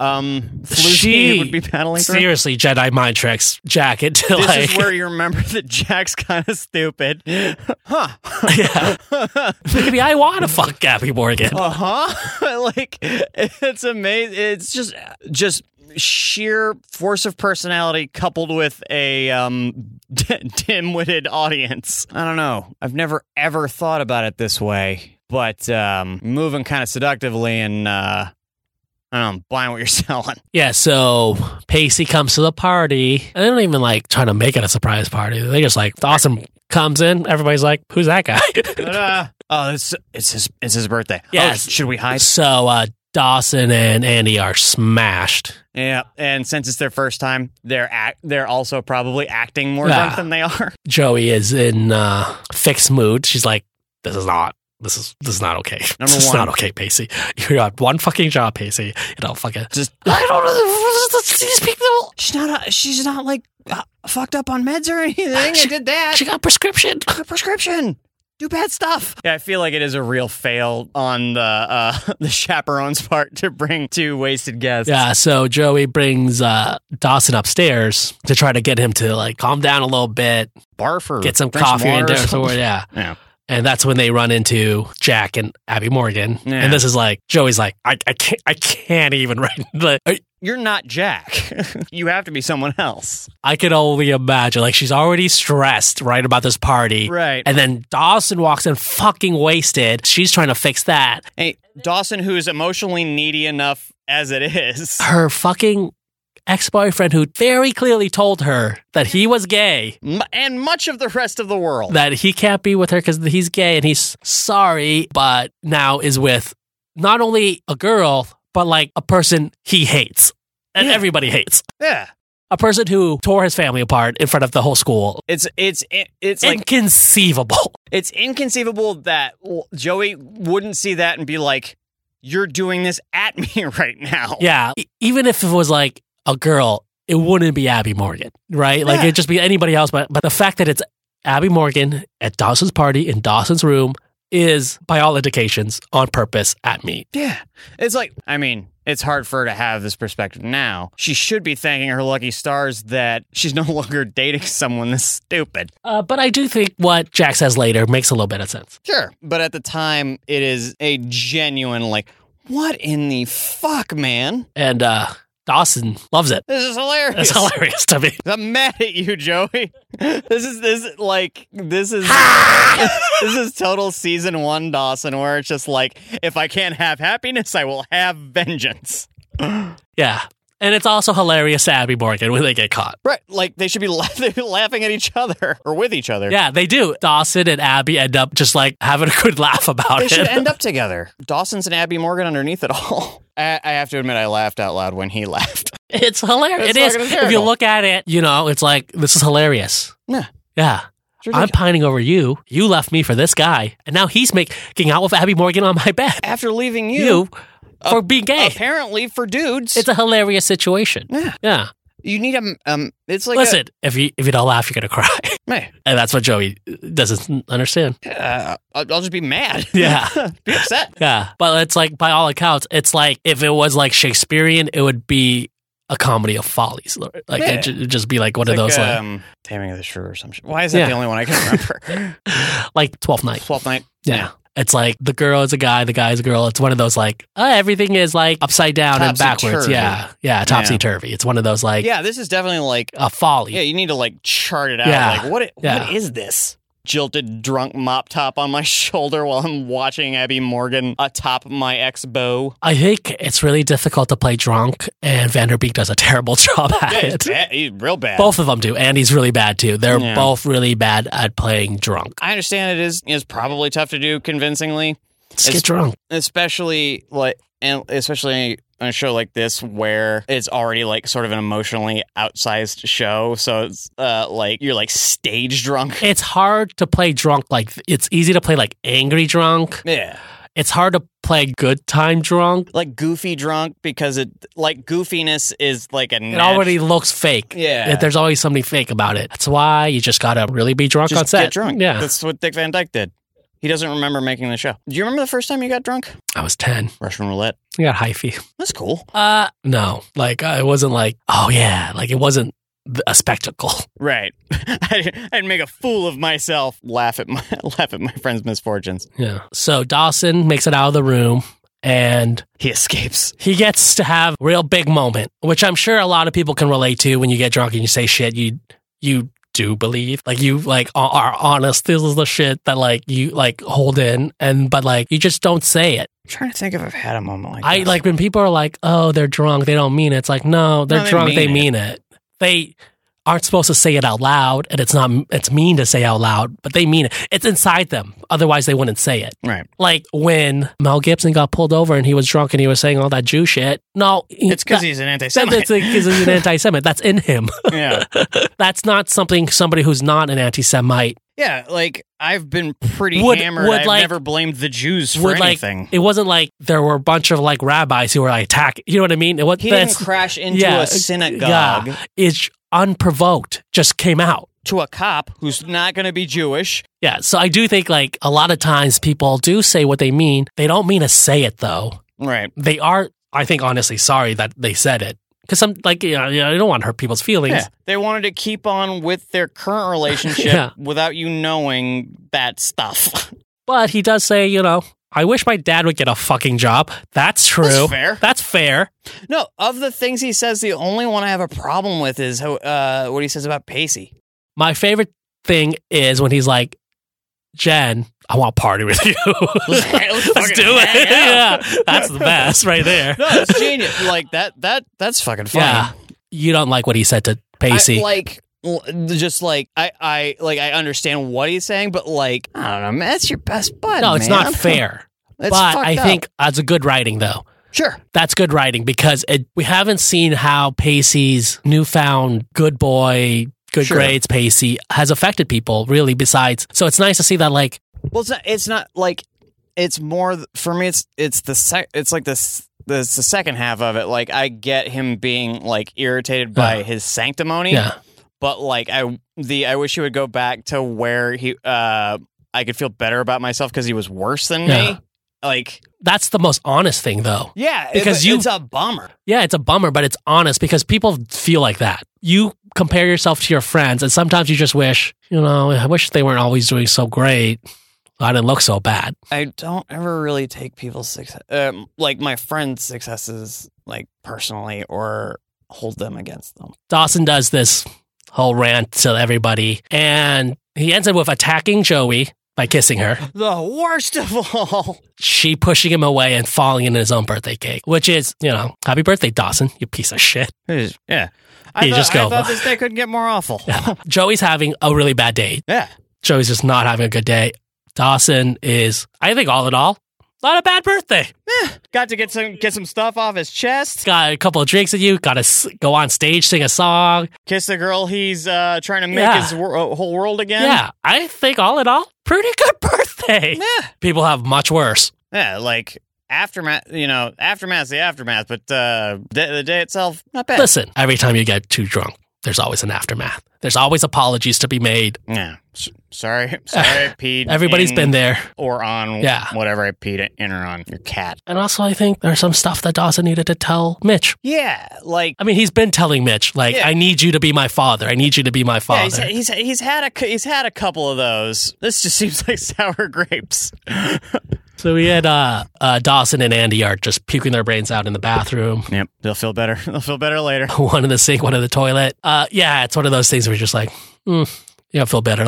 [SPEAKER 2] um, flu
[SPEAKER 1] She-
[SPEAKER 2] she would be battling through.
[SPEAKER 1] Seriously, Jedi mind tricks Jack into
[SPEAKER 2] This
[SPEAKER 1] like.
[SPEAKER 2] is where you remember that Jack's kind of stupid. Huh.
[SPEAKER 1] yeah. Maybe I want to fuck Abby Morgan.
[SPEAKER 2] Uh-huh. like it's amazing. It's just just sheer force of personality coupled with a um d- dim-witted audience. I don't know. I've never ever thought about it this way, but um, moving kind of seductively and uh, I don't know, buying what you're selling.
[SPEAKER 1] Yeah, so Pacey comes to the party. And they don't even like trying to make it a surprise party. They just like Dawson comes in, everybody's like, Who's that guy?
[SPEAKER 2] Ta-da. oh, it's it's his it's his birthday. Oh,
[SPEAKER 1] Yes.
[SPEAKER 2] should we hide?
[SPEAKER 1] so uh Dawson and Andy are smashed.
[SPEAKER 2] Yeah, and since it's their first time, they're act they're also probably acting more drunk
[SPEAKER 1] Ah.
[SPEAKER 2] than they are.
[SPEAKER 1] Joey is in uh fixed mood. She's like, This is not this is this is not okay.
[SPEAKER 2] Number
[SPEAKER 1] this is
[SPEAKER 2] one.
[SPEAKER 1] not okay, Pacey. You got one fucking job, Pacey. You know, fucking
[SPEAKER 2] Just
[SPEAKER 1] I don't know these people
[SPEAKER 2] she's not she's not like uh, fucked up on meds or anything. I did that.
[SPEAKER 1] she got prescription.
[SPEAKER 2] prescription. Do bad stuff. Yeah, I feel like it is a real fail on the uh, the chaperone's part to bring two wasted guests.
[SPEAKER 1] Yeah, so Joey brings uh, Dawson upstairs to try to get him to like calm down a little bit,
[SPEAKER 2] barf or
[SPEAKER 1] get some
[SPEAKER 2] drink
[SPEAKER 1] coffee
[SPEAKER 2] water
[SPEAKER 1] and
[SPEAKER 2] or
[SPEAKER 1] dinner.
[SPEAKER 2] something.
[SPEAKER 1] So, yeah.
[SPEAKER 2] Yeah.
[SPEAKER 1] And that's when they run into Jack and Abby Morgan.
[SPEAKER 2] Yeah.
[SPEAKER 1] And this is like Joey's like, I, I can't I can't even right like, I,
[SPEAKER 2] You're not Jack. you have to be someone else.
[SPEAKER 1] I can only imagine. Like she's already stressed right about this party.
[SPEAKER 2] Right.
[SPEAKER 1] And then Dawson walks in fucking wasted. She's trying to fix that.
[SPEAKER 2] Hey, Dawson, who is emotionally needy enough as it is.
[SPEAKER 1] Her fucking ex boyfriend who very clearly told her that he was gay
[SPEAKER 2] m- And much of the rest of the world.
[SPEAKER 1] that he can't be with her because he's gay and he's sorry, but now is with not only a girl, but like a person he hates and
[SPEAKER 2] Yeah.
[SPEAKER 1] everybody hates.
[SPEAKER 2] yeah.
[SPEAKER 1] A person who tore his family apart in front of the whole school.
[SPEAKER 2] It's it's it- it's like
[SPEAKER 1] Inconceivable.
[SPEAKER 2] it's inconceivable that l- Joey wouldn't see that and be like, "You're doing this at me right now."
[SPEAKER 1] Yeah. E- Even if it was like a girl, it wouldn't be Abby Morgan, right? Like
[SPEAKER 2] Yeah.
[SPEAKER 1] it'd just be anybody else. But, but the fact that it's Abby Morgan at Dawson's party in Dawson's room is, by all indications, on purpose at me.
[SPEAKER 2] Yeah. It's like, I mean, it's hard for her to have this perspective now. She should be thanking her lucky stars that she's no longer dating someone this stupid.
[SPEAKER 1] Uh, but I do think what Jack says later makes a little bit of sense.
[SPEAKER 2] Sure. But at the time, it is a genuine, like, what in the fuck, man?
[SPEAKER 1] and uh, Dawson loves it.
[SPEAKER 2] This is hilarious.
[SPEAKER 1] It's hilarious to me.
[SPEAKER 2] I'm mad at you, Joey. This is this like this is this is total season one Dawson, where it's just like if I can't have happiness, I will have vengeance.
[SPEAKER 1] Yeah, and it's also hilarious to Abby Morgan when they get caught.
[SPEAKER 2] Right? Like they should be la- they're laughing at each other or with each other.
[SPEAKER 1] Yeah, they do. Dawson and Abby end up just like having a good laugh about
[SPEAKER 2] They
[SPEAKER 1] it.
[SPEAKER 2] should end up together. Dawson's and Abby Morgan underneath it all. I, I have to admit, I laughed out loud when he laughed.
[SPEAKER 1] It's hilarious.
[SPEAKER 2] It's
[SPEAKER 1] It is.
[SPEAKER 2] fucking
[SPEAKER 1] If you
[SPEAKER 2] hysterical.
[SPEAKER 1] look at it, you know, it's like this is hilarious.
[SPEAKER 2] Yeah.
[SPEAKER 1] Yeah. I'm pining over you. You left me for this guy, and now he's making out with Abby Morgan on my bed.
[SPEAKER 2] After leaving you,
[SPEAKER 1] You for being gay.
[SPEAKER 2] apparently for dudes,
[SPEAKER 1] It's a hilarious situation.
[SPEAKER 2] Yeah.
[SPEAKER 1] Yeah.
[SPEAKER 2] you need a um. It's like
[SPEAKER 1] Listen, if you if you don't laugh, you're gonna cry,
[SPEAKER 2] A, meh,
[SPEAKER 1] and that's what Joey doesn't understand.
[SPEAKER 2] uh, I'll I'll just be mad.
[SPEAKER 1] Yeah.
[SPEAKER 2] be upset.
[SPEAKER 1] Yeah. But it's like, by all accounts, it's like if it was like Shakespearean, it would be a comedy of follies. Like,
[SPEAKER 2] Yeah.
[SPEAKER 1] it'd, ju- it'd just be like one of those,
[SPEAKER 2] Like,
[SPEAKER 1] like,
[SPEAKER 2] um, Taming of the Shrew or some shit. Why is that
[SPEAKER 1] Yeah.
[SPEAKER 2] the only one I can remember?
[SPEAKER 1] like Twelfth Night.
[SPEAKER 2] Twelfth Night.
[SPEAKER 1] uh, Yeah. It's like the girl is a guy, the guy is a girl. It's one of those, like, uh, everything is like upside down and backwards.
[SPEAKER 2] Topsy-turvy.
[SPEAKER 1] Yeah. Yeah. Topsy turvy. It's one of those, like,
[SPEAKER 2] Yeah, this is definitely like
[SPEAKER 1] a folly.
[SPEAKER 2] yeah. You need to like chart it out.
[SPEAKER 1] Yeah.
[SPEAKER 2] Like what? i-
[SPEAKER 1] Yeah.
[SPEAKER 2] What is this? Jilted drunk mop top on my shoulder while I'm watching Abby Morgan atop my ex bow.
[SPEAKER 1] I think it's really difficult to play drunk, and Vanderbeek does a terrible job at
[SPEAKER 2] Yeah, he's
[SPEAKER 1] it.
[SPEAKER 2] bad. He's real bad.
[SPEAKER 1] Both of them do. Andy's really bad too. They're
[SPEAKER 2] Yeah.
[SPEAKER 1] both really bad at playing drunk.
[SPEAKER 2] I understand it is is probably tough to do convincingly,
[SPEAKER 1] Just
[SPEAKER 2] It's-
[SPEAKER 1] get drunk.
[SPEAKER 2] especially like and especially on a show like this where it's already like sort of an emotionally outsized show. So it's uh, like you're like stage drunk.
[SPEAKER 1] it's hard to play drunk like it's easy to play like angry drunk
[SPEAKER 2] Yeah.
[SPEAKER 1] it's hard to play good time drunk
[SPEAKER 2] Like goofy drunk because it like goofiness is like a
[SPEAKER 1] it already looks fake
[SPEAKER 2] Yeah.
[SPEAKER 1] there's always something fake about it that's why you just gotta really be drunk on
[SPEAKER 2] just
[SPEAKER 1] set
[SPEAKER 2] get drunk.
[SPEAKER 1] yeah
[SPEAKER 2] That's what Dick Van Dyke did. He doesn't remember making the show. Do you remember the first time you got drunk?
[SPEAKER 1] i was 10
[SPEAKER 2] Russian roulette.
[SPEAKER 1] i got hyphy
[SPEAKER 2] That's cool.
[SPEAKER 1] uh no like I- it wasn't like oh yeah like it wasn't th- a spectacle
[SPEAKER 2] Right. I- I'd make a fool of myself. Laugh at my laugh at my friend's misfortunes.
[SPEAKER 1] yeah so dawson makes it out of the room and
[SPEAKER 2] He escapes.
[SPEAKER 1] he gets to have a real big moment, which I'm sure a lot of people can relate to when you get drunk and you say shit you you do believe. Like you like are- are honest. This is the shit that like you like hold in and but like you just don't say it.
[SPEAKER 2] I'm trying to think if I've had a moment like
[SPEAKER 1] I
[SPEAKER 2] this.
[SPEAKER 1] like when people are like, "Oh, they're drunk. They don't mean it." It's like, "No, they're
[SPEAKER 2] No, they
[SPEAKER 1] drunk.
[SPEAKER 2] mean
[SPEAKER 1] they
[SPEAKER 2] it.
[SPEAKER 1] mean it. They aren't supposed to say it out loud, and it's not it's mean to say out loud, but they mean it. It's inside them. Otherwise, they wouldn't say it."
[SPEAKER 2] right.
[SPEAKER 1] Like when Mel Gibson got pulled over and he was drunk and he was saying all that Jew shit. No, he-
[SPEAKER 2] It's because
[SPEAKER 1] that-
[SPEAKER 2] he's an
[SPEAKER 1] that's
[SPEAKER 2] anti-Semite.
[SPEAKER 1] because he's an anti-Semite. That's in him.
[SPEAKER 2] yeah,
[SPEAKER 1] That's not something somebody who's not an anti-Semite
[SPEAKER 2] yeah. Like I've been pretty
[SPEAKER 1] Would-
[SPEAKER 2] hammered.
[SPEAKER 1] would,
[SPEAKER 2] I've
[SPEAKER 1] like-
[SPEAKER 2] never blamed the Jews for
[SPEAKER 1] would like.
[SPEAKER 2] anything.
[SPEAKER 1] It wasn't like there were a bunch of like rabbis who were like attack. You know what I mean? It was
[SPEAKER 2] he
[SPEAKER 1] that's-
[SPEAKER 2] didn't crash into
[SPEAKER 1] yeah, uh,
[SPEAKER 2] a synagogue
[SPEAKER 1] is unprovoked just came out.
[SPEAKER 2] to a cop who's not going to be Jewish.
[SPEAKER 1] Yeah, so I do think like a lot of times people do say what they mean. They don't mean to say it though.
[SPEAKER 2] Right.
[SPEAKER 1] They are, I think, honestly sorry that they said it because some like you know, you know, I don't want to hurt people's feelings.
[SPEAKER 2] Yeah. They wanted to keep on with their current relationship
[SPEAKER 1] Yeah.
[SPEAKER 2] without you knowing that stuff.
[SPEAKER 1] But he does say, you know, I wish my dad would get a fucking job. That's true.
[SPEAKER 2] That's fair.
[SPEAKER 1] That's fair.
[SPEAKER 2] No, of the things he says, the only one I have a problem with is how, uh, what he says about Pacey.
[SPEAKER 1] My favorite thing is when he's like, Jen, I want to party with you.
[SPEAKER 2] Let's
[SPEAKER 1] Let's
[SPEAKER 2] fucking
[SPEAKER 1] do it.
[SPEAKER 2] hang out.
[SPEAKER 1] yeah, that's the best right there.
[SPEAKER 2] No, it's genius. Like that. That that's fucking funny.
[SPEAKER 1] Yeah. You don't like what he said to
[SPEAKER 2] I-
[SPEAKER 1] Pacey.
[SPEAKER 2] like l- just like I, I like I understand what he's saying, but like I don't know, man, that's your best bud.
[SPEAKER 1] no, it's
[SPEAKER 2] man.
[SPEAKER 1] not fair.
[SPEAKER 2] It's
[SPEAKER 1] but
[SPEAKER 2] fucked
[SPEAKER 1] I
[SPEAKER 2] up.
[SPEAKER 1] think that's a good writing, though.
[SPEAKER 2] sure.
[SPEAKER 1] That's good writing because it, we haven't seen how Pacey's newfound good boy, good
[SPEAKER 2] Sure.
[SPEAKER 1] grades Pacey has affected people, really, besides. So it's nice to see that, like,
[SPEAKER 2] Well, it's not. It's not like it's more th- for me. It's it's the sec. It's like this. This the second half of it. Like I get him being like irritated by
[SPEAKER 1] Uh.
[SPEAKER 2] his sanctimony.
[SPEAKER 1] yeah,
[SPEAKER 2] But like I the I wish he would go back to where he uh I could feel better about myself because he was worse than
[SPEAKER 1] Yeah.
[SPEAKER 2] me. Like
[SPEAKER 1] that's the most honest thing, though.
[SPEAKER 2] yeah, it-
[SPEAKER 1] Because you-
[SPEAKER 2] it's a bummer.
[SPEAKER 1] Yeah, it's a bummer, but it's honest because people feel like that. You compare yourself to your friends, and sometimes you just wish, you know, I wish they weren't always doing so great. I didn't look so bad.
[SPEAKER 2] I don't ever really take people's success, um, like my friends' successes, like personally, or hold them against them.
[SPEAKER 1] Dawson does this whole rant to everybody, and he ends up with attacking Joey by kissing her,
[SPEAKER 2] The worst of all.
[SPEAKER 1] she pushing him away and falling into his own birthday cake, which is, you know, happy birthday, Dawson, you piece of shit.
[SPEAKER 2] yeah. I,
[SPEAKER 1] You
[SPEAKER 2] thought,
[SPEAKER 1] just
[SPEAKER 2] I
[SPEAKER 1] go.
[SPEAKER 2] thought this day couldn't get more awful. Yeah.
[SPEAKER 1] Joey's having a really bad day. Joey's just not having a good day. Dawson is, I think, all in all, not a bad birthday.
[SPEAKER 2] Got to get some get some stuff off his chest.
[SPEAKER 1] Got a couple of drinks at you, got to go on stage, sing a song.
[SPEAKER 2] Kiss the girl he's uh, trying to make
[SPEAKER 1] Yeah.
[SPEAKER 2] his wor- uh, whole world again.
[SPEAKER 1] Yeah, I think all in all, pretty good birthday.
[SPEAKER 2] Yeah.
[SPEAKER 1] People have much worse.
[SPEAKER 2] Yeah, like aftermath, you know, aftermath's the aftermath, but uh, the, the day itself, not bad.
[SPEAKER 1] Listen, every time you get too drunk, there's always an aftermath. There's always apologies to be made.
[SPEAKER 2] yeah. S- sorry. Sorry I peed.
[SPEAKER 1] Everybody's
[SPEAKER 2] in
[SPEAKER 1] been there.
[SPEAKER 2] Or on
[SPEAKER 1] Yeah.
[SPEAKER 2] whatever I peed in or on your cat.
[SPEAKER 1] And also, I think there's some stuff that Dawson needed to tell Mitch.
[SPEAKER 2] Yeah. Like,
[SPEAKER 1] I mean, he's been telling Mitch, like,
[SPEAKER 2] Yeah.
[SPEAKER 1] I need you to be my father. I need you to be my
[SPEAKER 2] yeah, he's,
[SPEAKER 1] father.
[SPEAKER 2] he's, he's had a cou- he's had a couple of those. This just seems like sour grapes.
[SPEAKER 1] so we had uh, uh, Dawson and Andy are just puking their brains out in the bathroom.
[SPEAKER 2] Yep, they'll feel better. They'll feel better later.
[SPEAKER 1] one in the sink, one in the toilet. Uh, yeah, it's one of those things where you're just like, mm, yeah, I feel better.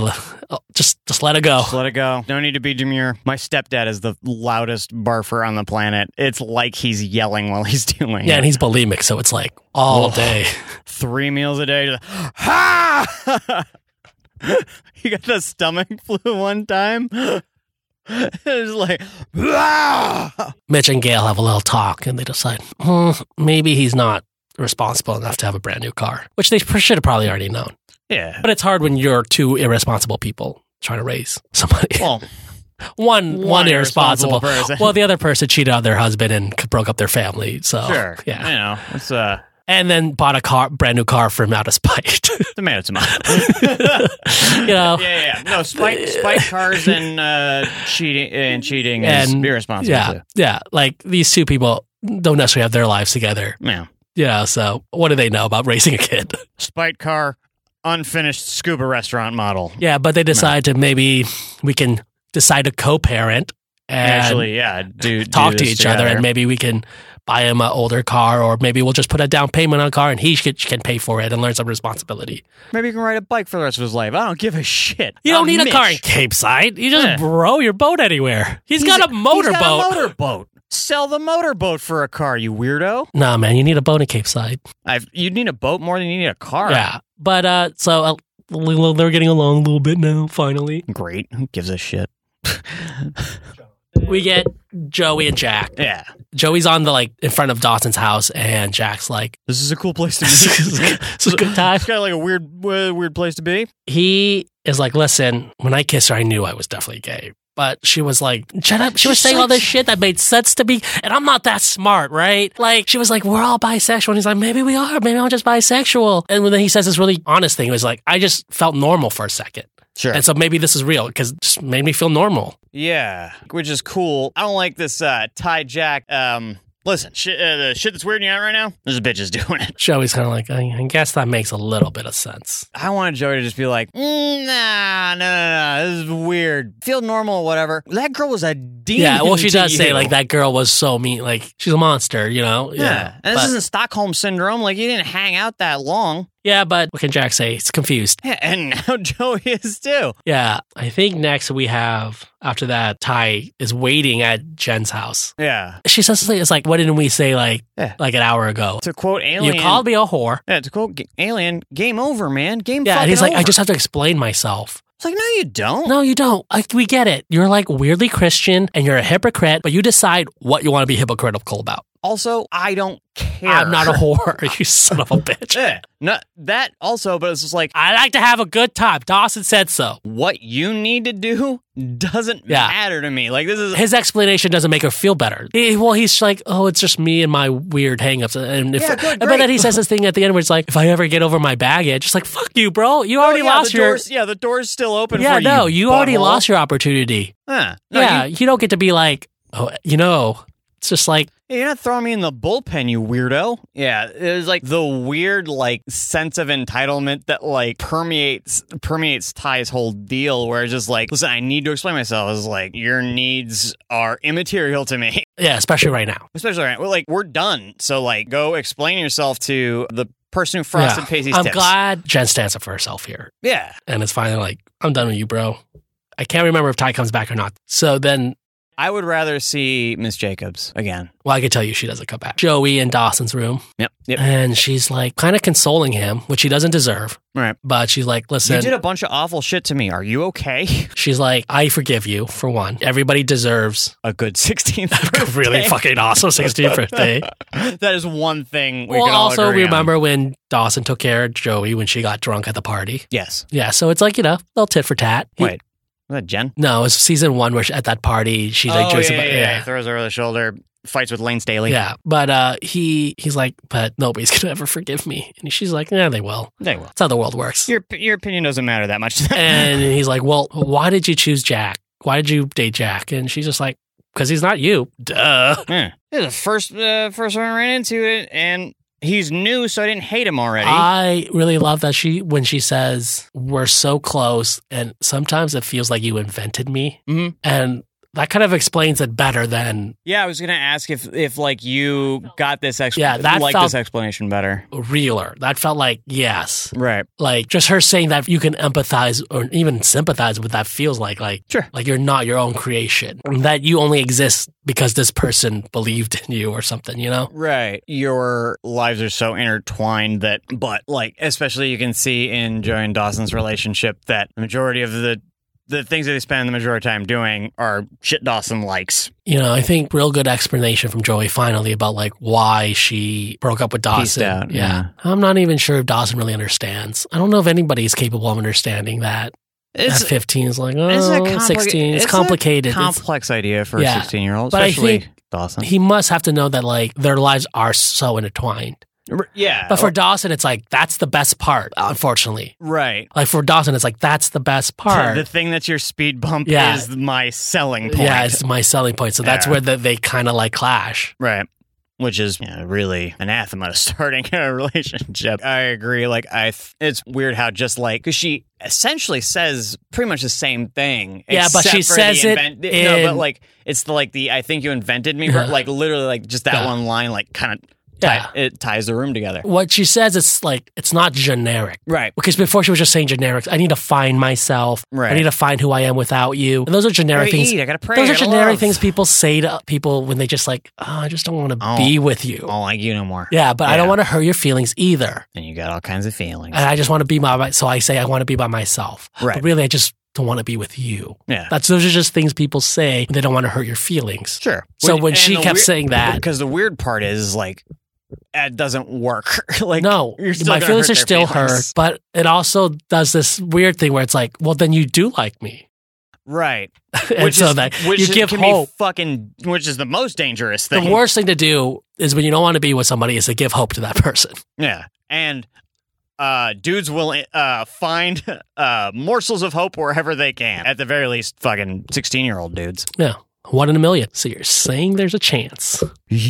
[SPEAKER 1] Oh, Just just let it go.
[SPEAKER 2] Just let it go. No need to be demure. My stepdad is the loudest barfer on the planet. It's like he's yelling while he's doing
[SPEAKER 1] Yeah,
[SPEAKER 2] it.
[SPEAKER 1] and he's bulimic, so it's like all day.
[SPEAKER 2] Three meals a day. To the, ha! he got the stomach flu one time. it's like, "Ah!"
[SPEAKER 1] Mitch and Gail have a little talk, and they decide hmm, maybe he's not responsible enough to have a brand new car, which they pr- should have probably already known.
[SPEAKER 2] yeah.
[SPEAKER 1] But it's hard when you're two irresponsible people trying to raise somebody.
[SPEAKER 2] Well,
[SPEAKER 1] one,
[SPEAKER 2] one
[SPEAKER 1] one irresponsible.
[SPEAKER 2] irresponsible person.
[SPEAKER 1] Well, the other person cheated on their husband and c- broke up their family. So
[SPEAKER 2] sure.
[SPEAKER 1] yeah,
[SPEAKER 2] You know, it's uh,
[SPEAKER 1] and then bought a car, brand new car for him out of spite.
[SPEAKER 2] tomato, tomato.
[SPEAKER 1] you know.
[SPEAKER 2] yeah, yeah. No, spike, spike cars and uh, cheating and cheating is
[SPEAKER 1] And-
[SPEAKER 2] irresponsible.
[SPEAKER 1] Yeah,
[SPEAKER 2] too.
[SPEAKER 1] yeah. Like these two people don't necessarily have their lives together.
[SPEAKER 2] Yeah.
[SPEAKER 1] You know, so what do they know about raising a kid?
[SPEAKER 2] Spike car, unfinished scuba restaurant model.
[SPEAKER 1] Yeah, but they decide to maybe we can decide to co-parent and
[SPEAKER 2] Actually, yeah, do
[SPEAKER 1] talk
[SPEAKER 2] do
[SPEAKER 1] to
[SPEAKER 2] this
[SPEAKER 1] each other,
[SPEAKER 2] together.
[SPEAKER 1] and maybe we can buy him an older car, or maybe we'll just put a down payment on a car and he should, can pay for it and learn some responsibility.
[SPEAKER 2] Maybe he can ride a bike for the rest of his life. I don't give a shit.
[SPEAKER 1] You don't
[SPEAKER 2] I'm
[SPEAKER 1] need
[SPEAKER 2] Oh, Mitch.
[SPEAKER 1] a car in Cape Side. You just
[SPEAKER 2] Yeah.
[SPEAKER 1] row your boat anywhere. he's got a
[SPEAKER 2] He's got a
[SPEAKER 1] motorboat.
[SPEAKER 2] motorboat. Sell the motorboat for a car, you weirdo.
[SPEAKER 1] Nah, man, you need a boat in Cape Side.
[SPEAKER 2] I've, you need a boat more than you need a car.
[SPEAKER 1] Yeah, but uh, so uh, li- li- they're getting along a little bit now. Finally,
[SPEAKER 2] Great. Who gives a shit?
[SPEAKER 1] we get Joey and Jack.
[SPEAKER 2] Yeah.
[SPEAKER 1] Joey's on the like in front of Dawson's house, and Jack's like,
[SPEAKER 2] This is a cool place to
[SPEAKER 1] "This is
[SPEAKER 2] be.
[SPEAKER 1] good- this is a good time."
[SPEAKER 2] It's kind of like a weird, uh, weird place to be.
[SPEAKER 1] He is like, "Listen, when I kissed her, I knew I was definitely gay." But she was like, shut up. She was saying all this shit that made sense to me. And I'm not that smart, right? Like, she was like, we're all bisexual. And he's like, maybe we are. Maybe I'm just bisexual. And then he says this really honest thing. He was like, I just felt normal for a second.
[SPEAKER 2] Sure.
[SPEAKER 1] And so maybe this is real because it just made me feel normal.
[SPEAKER 2] Yeah, which is cool. I don't like this uh, Ty Jack. Um, listen, shit, uh, the shit that's weirding you out right now, this bitch is doing it.
[SPEAKER 1] Joey's kind of like, I, I guess that makes a little bit of sense.
[SPEAKER 2] I want Joey to just be like, "Mm, nah, no, no, no, this is weird. Feel normal, whatever. That girl was a demon.
[SPEAKER 1] Yeah, well, she
[SPEAKER 2] to
[SPEAKER 1] does say
[SPEAKER 2] you.
[SPEAKER 1] like that girl was so mean, like she's a monster, you know.
[SPEAKER 2] Yeah, and this
[SPEAKER 1] but,
[SPEAKER 2] isn't Stockholm syndrome. Like you didn't hang out that long,
[SPEAKER 1] yeah, but what can Jack say? He's confused.
[SPEAKER 2] Yeah, and now Joey is too.
[SPEAKER 1] Yeah, I think next we have after that Ty is waiting at Jen's house.
[SPEAKER 2] Yeah,
[SPEAKER 1] She says something. It's like, what didn't we say like
[SPEAKER 2] Yeah.
[SPEAKER 1] like an hour ago?
[SPEAKER 2] to quote Alien,
[SPEAKER 1] You called me a whore.
[SPEAKER 2] Yeah, to quote Ga- Alien, game over, man. Game.
[SPEAKER 1] Yeah,
[SPEAKER 2] fucking
[SPEAKER 1] and he's like, I
[SPEAKER 2] over."
[SPEAKER 1] just have to explain myself.
[SPEAKER 2] It's like, no, you don't.
[SPEAKER 1] No, you don't. Like, we get it. You're like weirdly Christian and you're a hypocrite, but you decide what you want to be hypocritical about.
[SPEAKER 2] Also, I don't care.
[SPEAKER 1] I'm not a whore, you son of a bitch.
[SPEAKER 2] Yeah, no, that also, but it's just like
[SPEAKER 1] I like to have a good time. Dawson said so.
[SPEAKER 2] what you need to do doesn't
[SPEAKER 1] Yeah.
[SPEAKER 2] matter to me. Like this is
[SPEAKER 1] His explanation doesn't make her feel better. He- well, he's like, oh, it's just me and my weird hangups. And if,
[SPEAKER 2] Yeah, good,
[SPEAKER 1] but then
[SPEAKER 2] great.
[SPEAKER 1] he says this thing at the end where it's like, if I ever get over my baggage, it's like, fuck you, bro. You
[SPEAKER 2] Oh,
[SPEAKER 1] already
[SPEAKER 2] yeah,
[SPEAKER 1] lost
[SPEAKER 2] the
[SPEAKER 1] your.
[SPEAKER 2] doors, yeah. The door's still open.
[SPEAKER 1] yeah,
[SPEAKER 2] for you,
[SPEAKER 1] no, you, already
[SPEAKER 2] butthole.
[SPEAKER 1] lost your opportunity.
[SPEAKER 2] Huh. No,
[SPEAKER 1] yeah, you, don't get to be like, oh, you know, it's just like,
[SPEAKER 2] you, are not throwing me in the bullpen, you weirdo. Yeah, there's like the weird like sense of entitlement that like permeates permeates Ty's whole deal, where it's just like, listen, I need to explain myself. It's like your needs are immaterial to me.
[SPEAKER 1] yeah, especially right now.
[SPEAKER 2] Especially right, well, like we're done. So like, go explain yourself to the person who frosted
[SPEAKER 1] Yeah.
[SPEAKER 2] Paisley's
[SPEAKER 1] I'm
[SPEAKER 2] tips.
[SPEAKER 1] glad Jen stands up for herself here.
[SPEAKER 2] Yeah.
[SPEAKER 1] And it's finally like, I'm done with you, bro. I can't remember if Ty comes back or not. So then
[SPEAKER 2] I would rather see Miss Jacobs again.
[SPEAKER 1] Well, I could tell you she doesn't come back. Joey in Dawson's room,
[SPEAKER 2] Yep. Yep.
[SPEAKER 1] and she's like kind of consoling him, which he doesn't deserve.
[SPEAKER 2] Right.
[SPEAKER 1] But she's like,
[SPEAKER 2] You
[SPEAKER 1] listen,
[SPEAKER 2] did a bunch of awful shit to me. Are you okay?
[SPEAKER 1] she's like, I forgive you for one. Everybody deserves
[SPEAKER 2] A good 16th.
[SPEAKER 1] a really
[SPEAKER 2] birthday.
[SPEAKER 1] fucking awesome 16th birthday.
[SPEAKER 2] that is one thing we
[SPEAKER 1] well,
[SPEAKER 2] can all
[SPEAKER 1] also
[SPEAKER 2] agree on.
[SPEAKER 1] remember when Dawson took care of Joey when she got drunk at the party.
[SPEAKER 2] Yes.
[SPEAKER 1] Yeah, so it's like you know, little tit for tat. He-
[SPEAKER 2] Wait. Was that Jen?
[SPEAKER 1] no, it's season one where she, at that party she's like,
[SPEAKER 2] oh, yeah,
[SPEAKER 1] jokes
[SPEAKER 2] yeah,
[SPEAKER 1] about,
[SPEAKER 2] yeah, yeah. Throws her over the shoulder. Fights with Lane Staley.
[SPEAKER 1] yeah. But uh, he he's like, but nobody's gonna ever forgive me, and she's like, yeah, they will.
[SPEAKER 2] They will.
[SPEAKER 1] That's how the world works.
[SPEAKER 2] Your your opinion doesn't matter that much. to them.
[SPEAKER 1] and he's like, "Well, why did you choose Jack? Why did you date Jack?" And she's just like, "Cause he's not you." Duh.
[SPEAKER 2] yeah. This is the first uh, first one I ran into it, and he's new, so I didn't hate him already.
[SPEAKER 1] I really love that she when she says, "We're so close," and sometimes it feels like you invented me,
[SPEAKER 2] Mhm.
[SPEAKER 1] and that kind of explains it better than
[SPEAKER 2] yeah, I was gonna ask if if like you got this ex-
[SPEAKER 1] Yeah, that
[SPEAKER 2] like
[SPEAKER 1] felt-
[SPEAKER 2] this explanation better.
[SPEAKER 1] realer. That felt like yes,
[SPEAKER 2] Right.
[SPEAKER 1] like just her saying that you can empathize or even sympathize with that feels like like
[SPEAKER 2] Sure.
[SPEAKER 1] like you're not your own creation, that you only exist because this person believed in you or something, you know.
[SPEAKER 2] Right. Your lives are so intertwined that, but like, especially you can see in Joey and Dawson's relationship that the majority of the the things that they spend the majority of time doing are shit Dawson likes.
[SPEAKER 1] you know, I think real good explanation from Joey finally about like why she broke up with
[SPEAKER 2] Peaced
[SPEAKER 1] Dawson.
[SPEAKER 2] out, yeah.
[SPEAKER 1] I'm not even sure if Dawson really understands. I don't know if anybody is capable of understanding that.
[SPEAKER 2] It's
[SPEAKER 1] At 15 is like, oh,
[SPEAKER 2] it's a complica-
[SPEAKER 1] 16 it's
[SPEAKER 2] it's a
[SPEAKER 1] complicated.
[SPEAKER 2] a
[SPEAKER 1] It's-
[SPEAKER 2] complex idea for
[SPEAKER 1] Yeah.
[SPEAKER 2] a 16 year old,
[SPEAKER 1] But I
[SPEAKER 2] especially
[SPEAKER 1] think-
[SPEAKER 2] Dawson.
[SPEAKER 1] he must have to know that like their lives are so intertwined.
[SPEAKER 2] R- yeah.
[SPEAKER 1] But for Dawson, it's like that's the best part, unfortunately.
[SPEAKER 2] right.
[SPEAKER 1] Like for Dawson, it's like that's the best part.
[SPEAKER 2] The thing that's your speed bump
[SPEAKER 1] Yeah.
[SPEAKER 2] is my selling point.
[SPEAKER 1] yeah, it's my selling point. So that's
[SPEAKER 2] Yeah.
[SPEAKER 1] where the, they kind of like clash.
[SPEAKER 2] right. which is you know, really anathema to starting a relationship. I agree. Like, I, th- it's weird how just like, because she essentially says pretty much the same thing.
[SPEAKER 1] Yeah, but
[SPEAKER 2] except
[SPEAKER 1] she
[SPEAKER 2] for
[SPEAKER 1] says
[SPEAKER 2] the
[SPEAKER 1] it
[SPEAKER 2] invent- no,
[SPEAKER 1] in-
[SPEAKER 2] but like it's the like the I think you invented me, but like literally like just that
[SPEAKER 1] Yeah.
[SPEAKER 2] one line, like kind of.
[SPEAKER 1] Yeah.
[SPEAKER 2] It ties the room together.
[SPEAKER 1] What she says, it's like it's not generic.
[SPEAKER 2] Right.
[SPEAKER 1] Because before she was just saying generics. I need to find myself. I
[SPEAKER 2] Right.
[SPEAKER 1] need to find who I am without you. And those are generic
[SPEAKER 2] I gotta
[SPEAKER 1] things.
[SPEAKER 2] eat. I gotta pray.
[SPEAKER 1] Those
[SPEAKER 2] I
[SPEAKER 1] are
[SPEAKER 2] gotta
[SPEAKER 1] generic
[SPEAKER 2] love.
[SPEAKER 1] things people say to people when they just like, oh, I just don't want to
[SPEAKER 2] Oh.
[SPEAKER 1] be with you.
[SPEAKER 2] I don't like you no more.
[SPEAKER 1] Yeah, but I don't
[SPEAKER 2] Yeah.
[SPEAKER 1] want to hurt your feelings either.
[SPEAKER 2] And you got all kinds of feelings.
[SPEAKER 1] And I just want to be my, so I say I want to be by myself.
[SPEAKER 2] Right.
[SPEAKER 1] But really, I just don't want to be with you.
[SPEAKER 2] yeah.
[SPEAKER 1] That's those are just things people say. They don't want to hurt your feelings.
[SPEAKER 2] Sure.
[SPEAKER 1] So when she kept saying that-
[SPEAKER 2] because the weird part is like, that doesn't work. like,
[SPEAKER 1] no,
[SPEAKER 2] you're still
[SPEAKER 1] my
[SPEAKER 2] gonna
[SPEAKER 1] feelings
[SPEAKER 2] hurt
[SPEAKER 1] are
[SPEAKER 2] their
[SPEAKER 1] still hurt,
[SPEAKER 2] feelings.
[SPEAKER 1] but it also does this weird thing where it's like, well, then you do like me,
[SPEAKER 2] right?
[SPEAKER 1] and so
[SPEAKER 2] is,
[SPEAKER 1] that
[SPEAKER 2] which
[SPEAKER 1] you
[SPEAKER 2] is-
[SPEAKER 1] give
[SPEAKER 2] can
[SPEAKER 1] hope.
[SPEAKER 2] Be fucking, which is the most dangerous
[SPEAKER 1] The
[SPEAKER 2] thing.
[SPEAKER 1] worst thing to do is when you don't want to be with somebody is to give hope to that person.
[SPEAKER 2] Yeah, and uh, dudes will uh, find uh, morsels of hope wherever they can. At the very least, fucking sixteen-year-old dudes.
[SPEAKER 1] Yeah, one in a million. So you're saying there's a chance.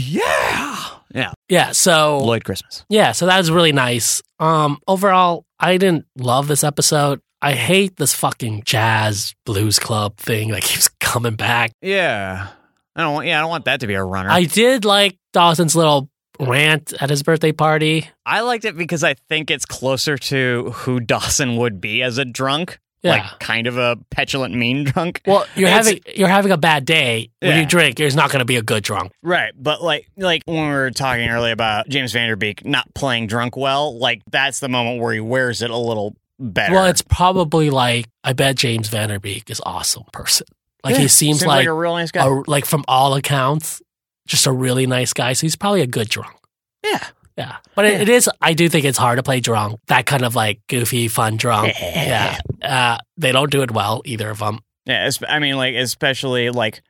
[SPEAKER 2] Yeah. Yeah.
[SPEAKER 1] Yeah. So
[SPEAKER 2] Lloyd Christmas.
[SPEAKER 1] Yeah, so that was really nice. Um, overall, I didn't love this episode. I hate this fucking jazz blues club thing that keeps coming back.
[SPEAKER 2] Yeah. I don't want. Yeah, I don't want that to be a runner.
[SPEAKER 1] I did like Dawson's little rant at his birthday party.
[SPEAKER 2] I liked it because I think it's closer to who Dawson would be as a drunk,
[SPEAKER 1] Yeah.
[SPEAKER 2] like kind of a petulant, mean drunk.
[SPEAKER 1] well, you're
[SPEAKER 2] it's-
[SPEAKER 1] having you're having a bad day when you
[SPEAKER 2] Yeah.
[SPEAKER 1] drink. You're not going to be a good drunk.
[SPEAKER 2] Right, but like like when we were talking earlier about James Vanderbeek not playing drunk well, like that's the moment where he wears it a little better.
[SPEAKER 1] Well, it's probably like I bet James Vanderbeek is awesome person. Like he
[SPEAKER 2] Yeah,
[SPEAKER 1] seems,
[SPEAKER 2] seems
[SPEAKER 1] like,
[SPEAKER 2] a real nice guy.
[SPEAKER 1] a, like from all accounts, just a really nice guy. So he's probably a good drunk.
[SPEAKER 2] yeah,
[SPEAKER 1] Yeah, but It, it is. I do think it's hard to play drunk. That kind of like goofy, fun drunk. yeah, uh, they don't do it well either of them.
[SPEAKER 2] yeah. es- I mean, like especially like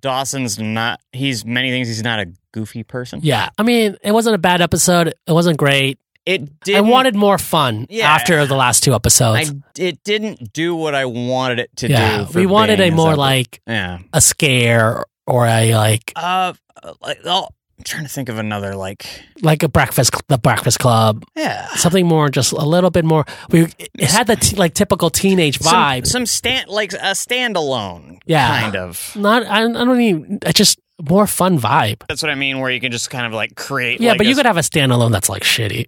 [SPEAKER 2] Dawson's not. He's many things. He's not a goofy person.
[SPEAKER 1] Yeah, I mean, it wasn't a bad episode. It wasn't great.
[SPEAKER 2] It did.
[SPEAKER 1] I wanted more fun
[SPEAKER 2] Yeah.
[SPEAKER 1] after the last two
[SPEAKER 2] I,
[SPEAKER 1] episodes.
[SPEAKER 2] it didn't do what I wanted it to
[SPEAKER 1] yeah,
[SPEAKER 2] do. for
[SPEAKER 1] we wanted
[SPEAKER 2] being
[SPEAKER 1] a
[SPEAKER 2] his
[SPEAKER 1] more
[SPEAKER 2] epi-
[SPEAKER 1] like
[SPEAKER 2] yeah.
[SPEAKER 1] a scare or a like
[SPEAKER 2] Uh, like, oh, I'm trying to think of another like.
[SPEAKER 1] like a breakfast Cl- the Breakfast Club
[SPEAKER 2] Yeah.
[SPEAKER 1] something more just a little bit more. We it had the t- like typical teenage vibe.
[SPEAKER 2] Some, some stand like a standalone.
[SPEAKER 1] Yeah.
[SPEAKER 2] Kind of.
[SPEAKER 1] Not I, don't- I don't even I just more fun vibe.
[SPEAKER 2] That's what I mean. Where you can just kind of like create.
[SPEAKER 1] Yeah,
[SPEAKER 2] like,
[SPEAKER 1] but you
[SPEAKER 2] this-
[SPEAKER 1] could have a standalone that's like shitty.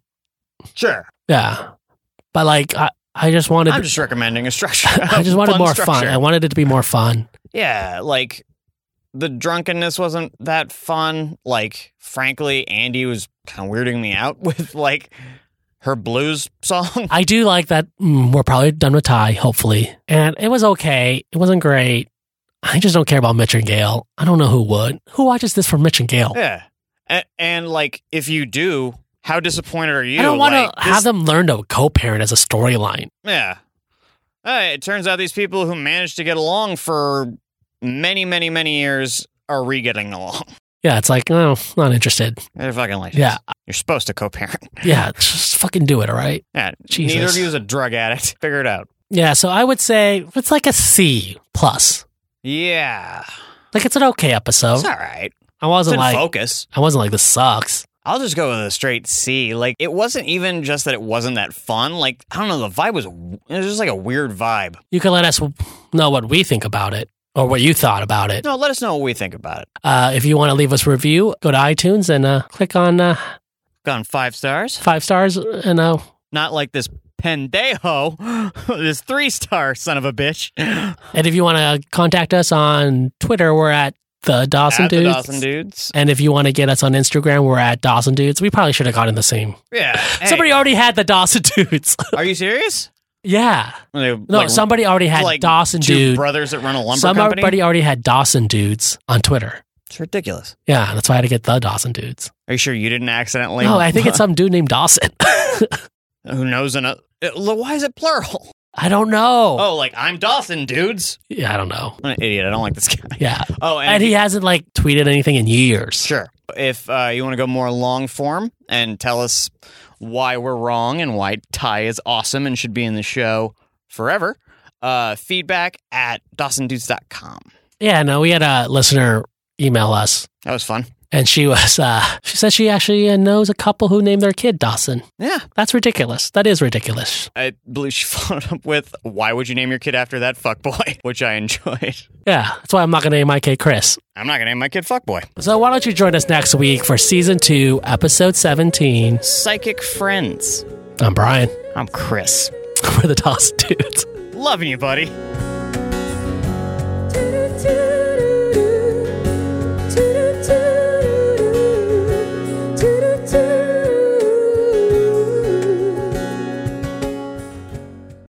[SPEAKER 2] sure.
[SPEAKER 1] Yeah. But like I, I just wanted
[SPEAKER 2] I'm just recommending a structure.
[SPEAKER 1] I just wanted
[SPEAKER 2] Fun
[SPEAKER 1] more fun.
[SPEAKER 2] structure.
[SPEAKER 1] I wanted it to be more fun.
[SPEAKER 2] yeah, like the drunkenness wasn't that fun. Like, frankly, Andy was kind of weirding me out with like her blues song.
[SPEAKER 1] I do like that mm, we're probably done with Ty, hopefully. And it was okay. It wasn't great. I just don't care about Mitch and Gail. I don't know who would. Who watches this for Mitch and Gail?
[SPEAKER 2] yeah, and, and like if you do, how disappointed are you?
[SPEAKER 1] I don't want
[SPEAKER 2] Like,
[SPEAKER 1] to
[SPEAKER 2] this-
[SPEAKER 1] have them learn to co-parent as a storyline.
[SPEAKER 2] Yeah. Uh, it turns out these people who managed to get along for many, many, many years are re getting along.
[SPEAKER 1] Yeah, it's like, oh, not interested.
[SPEAKER 2] They're fucking like,
[SPEAKER 1] Yeah,
[SPEAKER 2] You're supposed to co parent.
[SPEAKER 1] yeah, just fucking do it, all right?
[SPEAKER 2] Yeah.
[SPEAKER 1] Jesus.
[SPEAKER 2] Neither of you is a drug addict. Figure it out.
[SPEAKER 1] Yeah, so I would say it's like a C plus.
[SPEAKER 2] Yeah.
[SPEAKER 1] Like it's an okay episode.
[SPEAKER 2] It's all right.
[SPEAKER 1] I
[SPEAKER 2] It's
[SPEAKER 1] wasn't
[SPEAKER 2] in
[SPEAKER 1] like
[SPEAKER 2] focus.
[SPEAKER 1] I wasn't like this sucks.
[SPEAKER 2] I'll just go with a straight C. Like, it wasn't even just that it wasn't that fun. Like, I don't know. The vibe was, it was just like a weird vibe.
[SPEAKER 1] You can let us know what we think about it or what you thought about it.
[SPEAKER 2] No, let us know what we think about it.
[SPEAKER 1] Uh, if you want to leave us a review, go to iTunes and uh, click on uh,
[SPEAKER 2] Gone five stars.
[SPEAKER 1] five stars and uh,
[SPEAKER 2] Not like this pendejo, this three star son of a bitch.
[SPEAKER 1] and if you want to contact us on Twitter, we're at the Dawson
[SPEAKER 2] At the
[SPEAKER 1] Dudes.
[SPEAKER 2] Dawson dudes.
[SPEAKER 1] And if you want to get us on Instagram, we're at Dawson Dudes. We probably should have gotten the same.
[SPEAKER 2] Yeah. Hey,
[SPEAKER 1] Somebody already had the Dawson Dudes.
[SPEAKER 2] are you serious?
[SPEAKER 1] yeah.
[SPEAKER 2] No,
[SPEAKER 1] No, somebody already had
[SPEAKER 2] like
[SPEAKER 1] Dawson
[SPEAKER 2] two
[SPEAKER 1] Dudes.
[SPEAKER 2] brothers that run a lumber
[SPEAKER 1] Somebody
[SPEAKER 2] company.
[SPEAKER 1] already had Dawson Dudes on Twitter.
[SPEAKER 2] It's ridiculous.
[SPEAKER 1] Yeah, that's why I had to get the Dawson Dudes.
[SPEAKER 2] Are you sure you didn't accidentally?
[SPEAKER 1] No, I think it's some dude named Dawson.
[SPEAKER 2] who knows. An, uh, why is it plural?
[SPEAKER 1] I don't know.
[SPEAKER 2] Oh, like I'm Dawson, dudes.
[SPEAKER 1] Yeah, I don't know.
[SPEAKER 2] I'm an idiot. I don't like this guy.
[SPEAKER 1] Yeah.
[SPEAKER 2] Oh, and,
[SPEAKER 1] And he hasn't like tweeted anything in years.
[SPEAKER 2] sure. If uh, you want to go more long form and tell us why we're wrong and why Ty is awesome and should be in the show forever, uh, feedback at DawsonDudes.com.
[SPEAKER 1] Yeah, no, we had a listener email us
[SPEAKER 2] That was fun.
[SPEAKER 1] and she was uh, she said she actually uh, knows a couple who named their kid Dawson.
[SPEAKER 2] Yeah.
[SPEAKER 1] That's ridiculous. That is ridiculous.
[SPEAKER 2] I believe she followed up with, "Why would you name your kid after that fuckboy?" Which I enjoyed.
[SPEAKER 1] Yeah, that's why I'm not going to name my kid Chris.
[SPEAKER 2] I'm not gonna name my kid fuckboy.
[SPEAKER 1] So why don't you join us next week for season two, episode 17?
[SPEAKER 2] Psychic friends.
[SPEAKER 1] I'm Brian.
[SPEAKER 2] I'm Chris.
[SPEAKER 1] We're the Dawson dudes.
[SPEAKER 2] Loving you, buddy.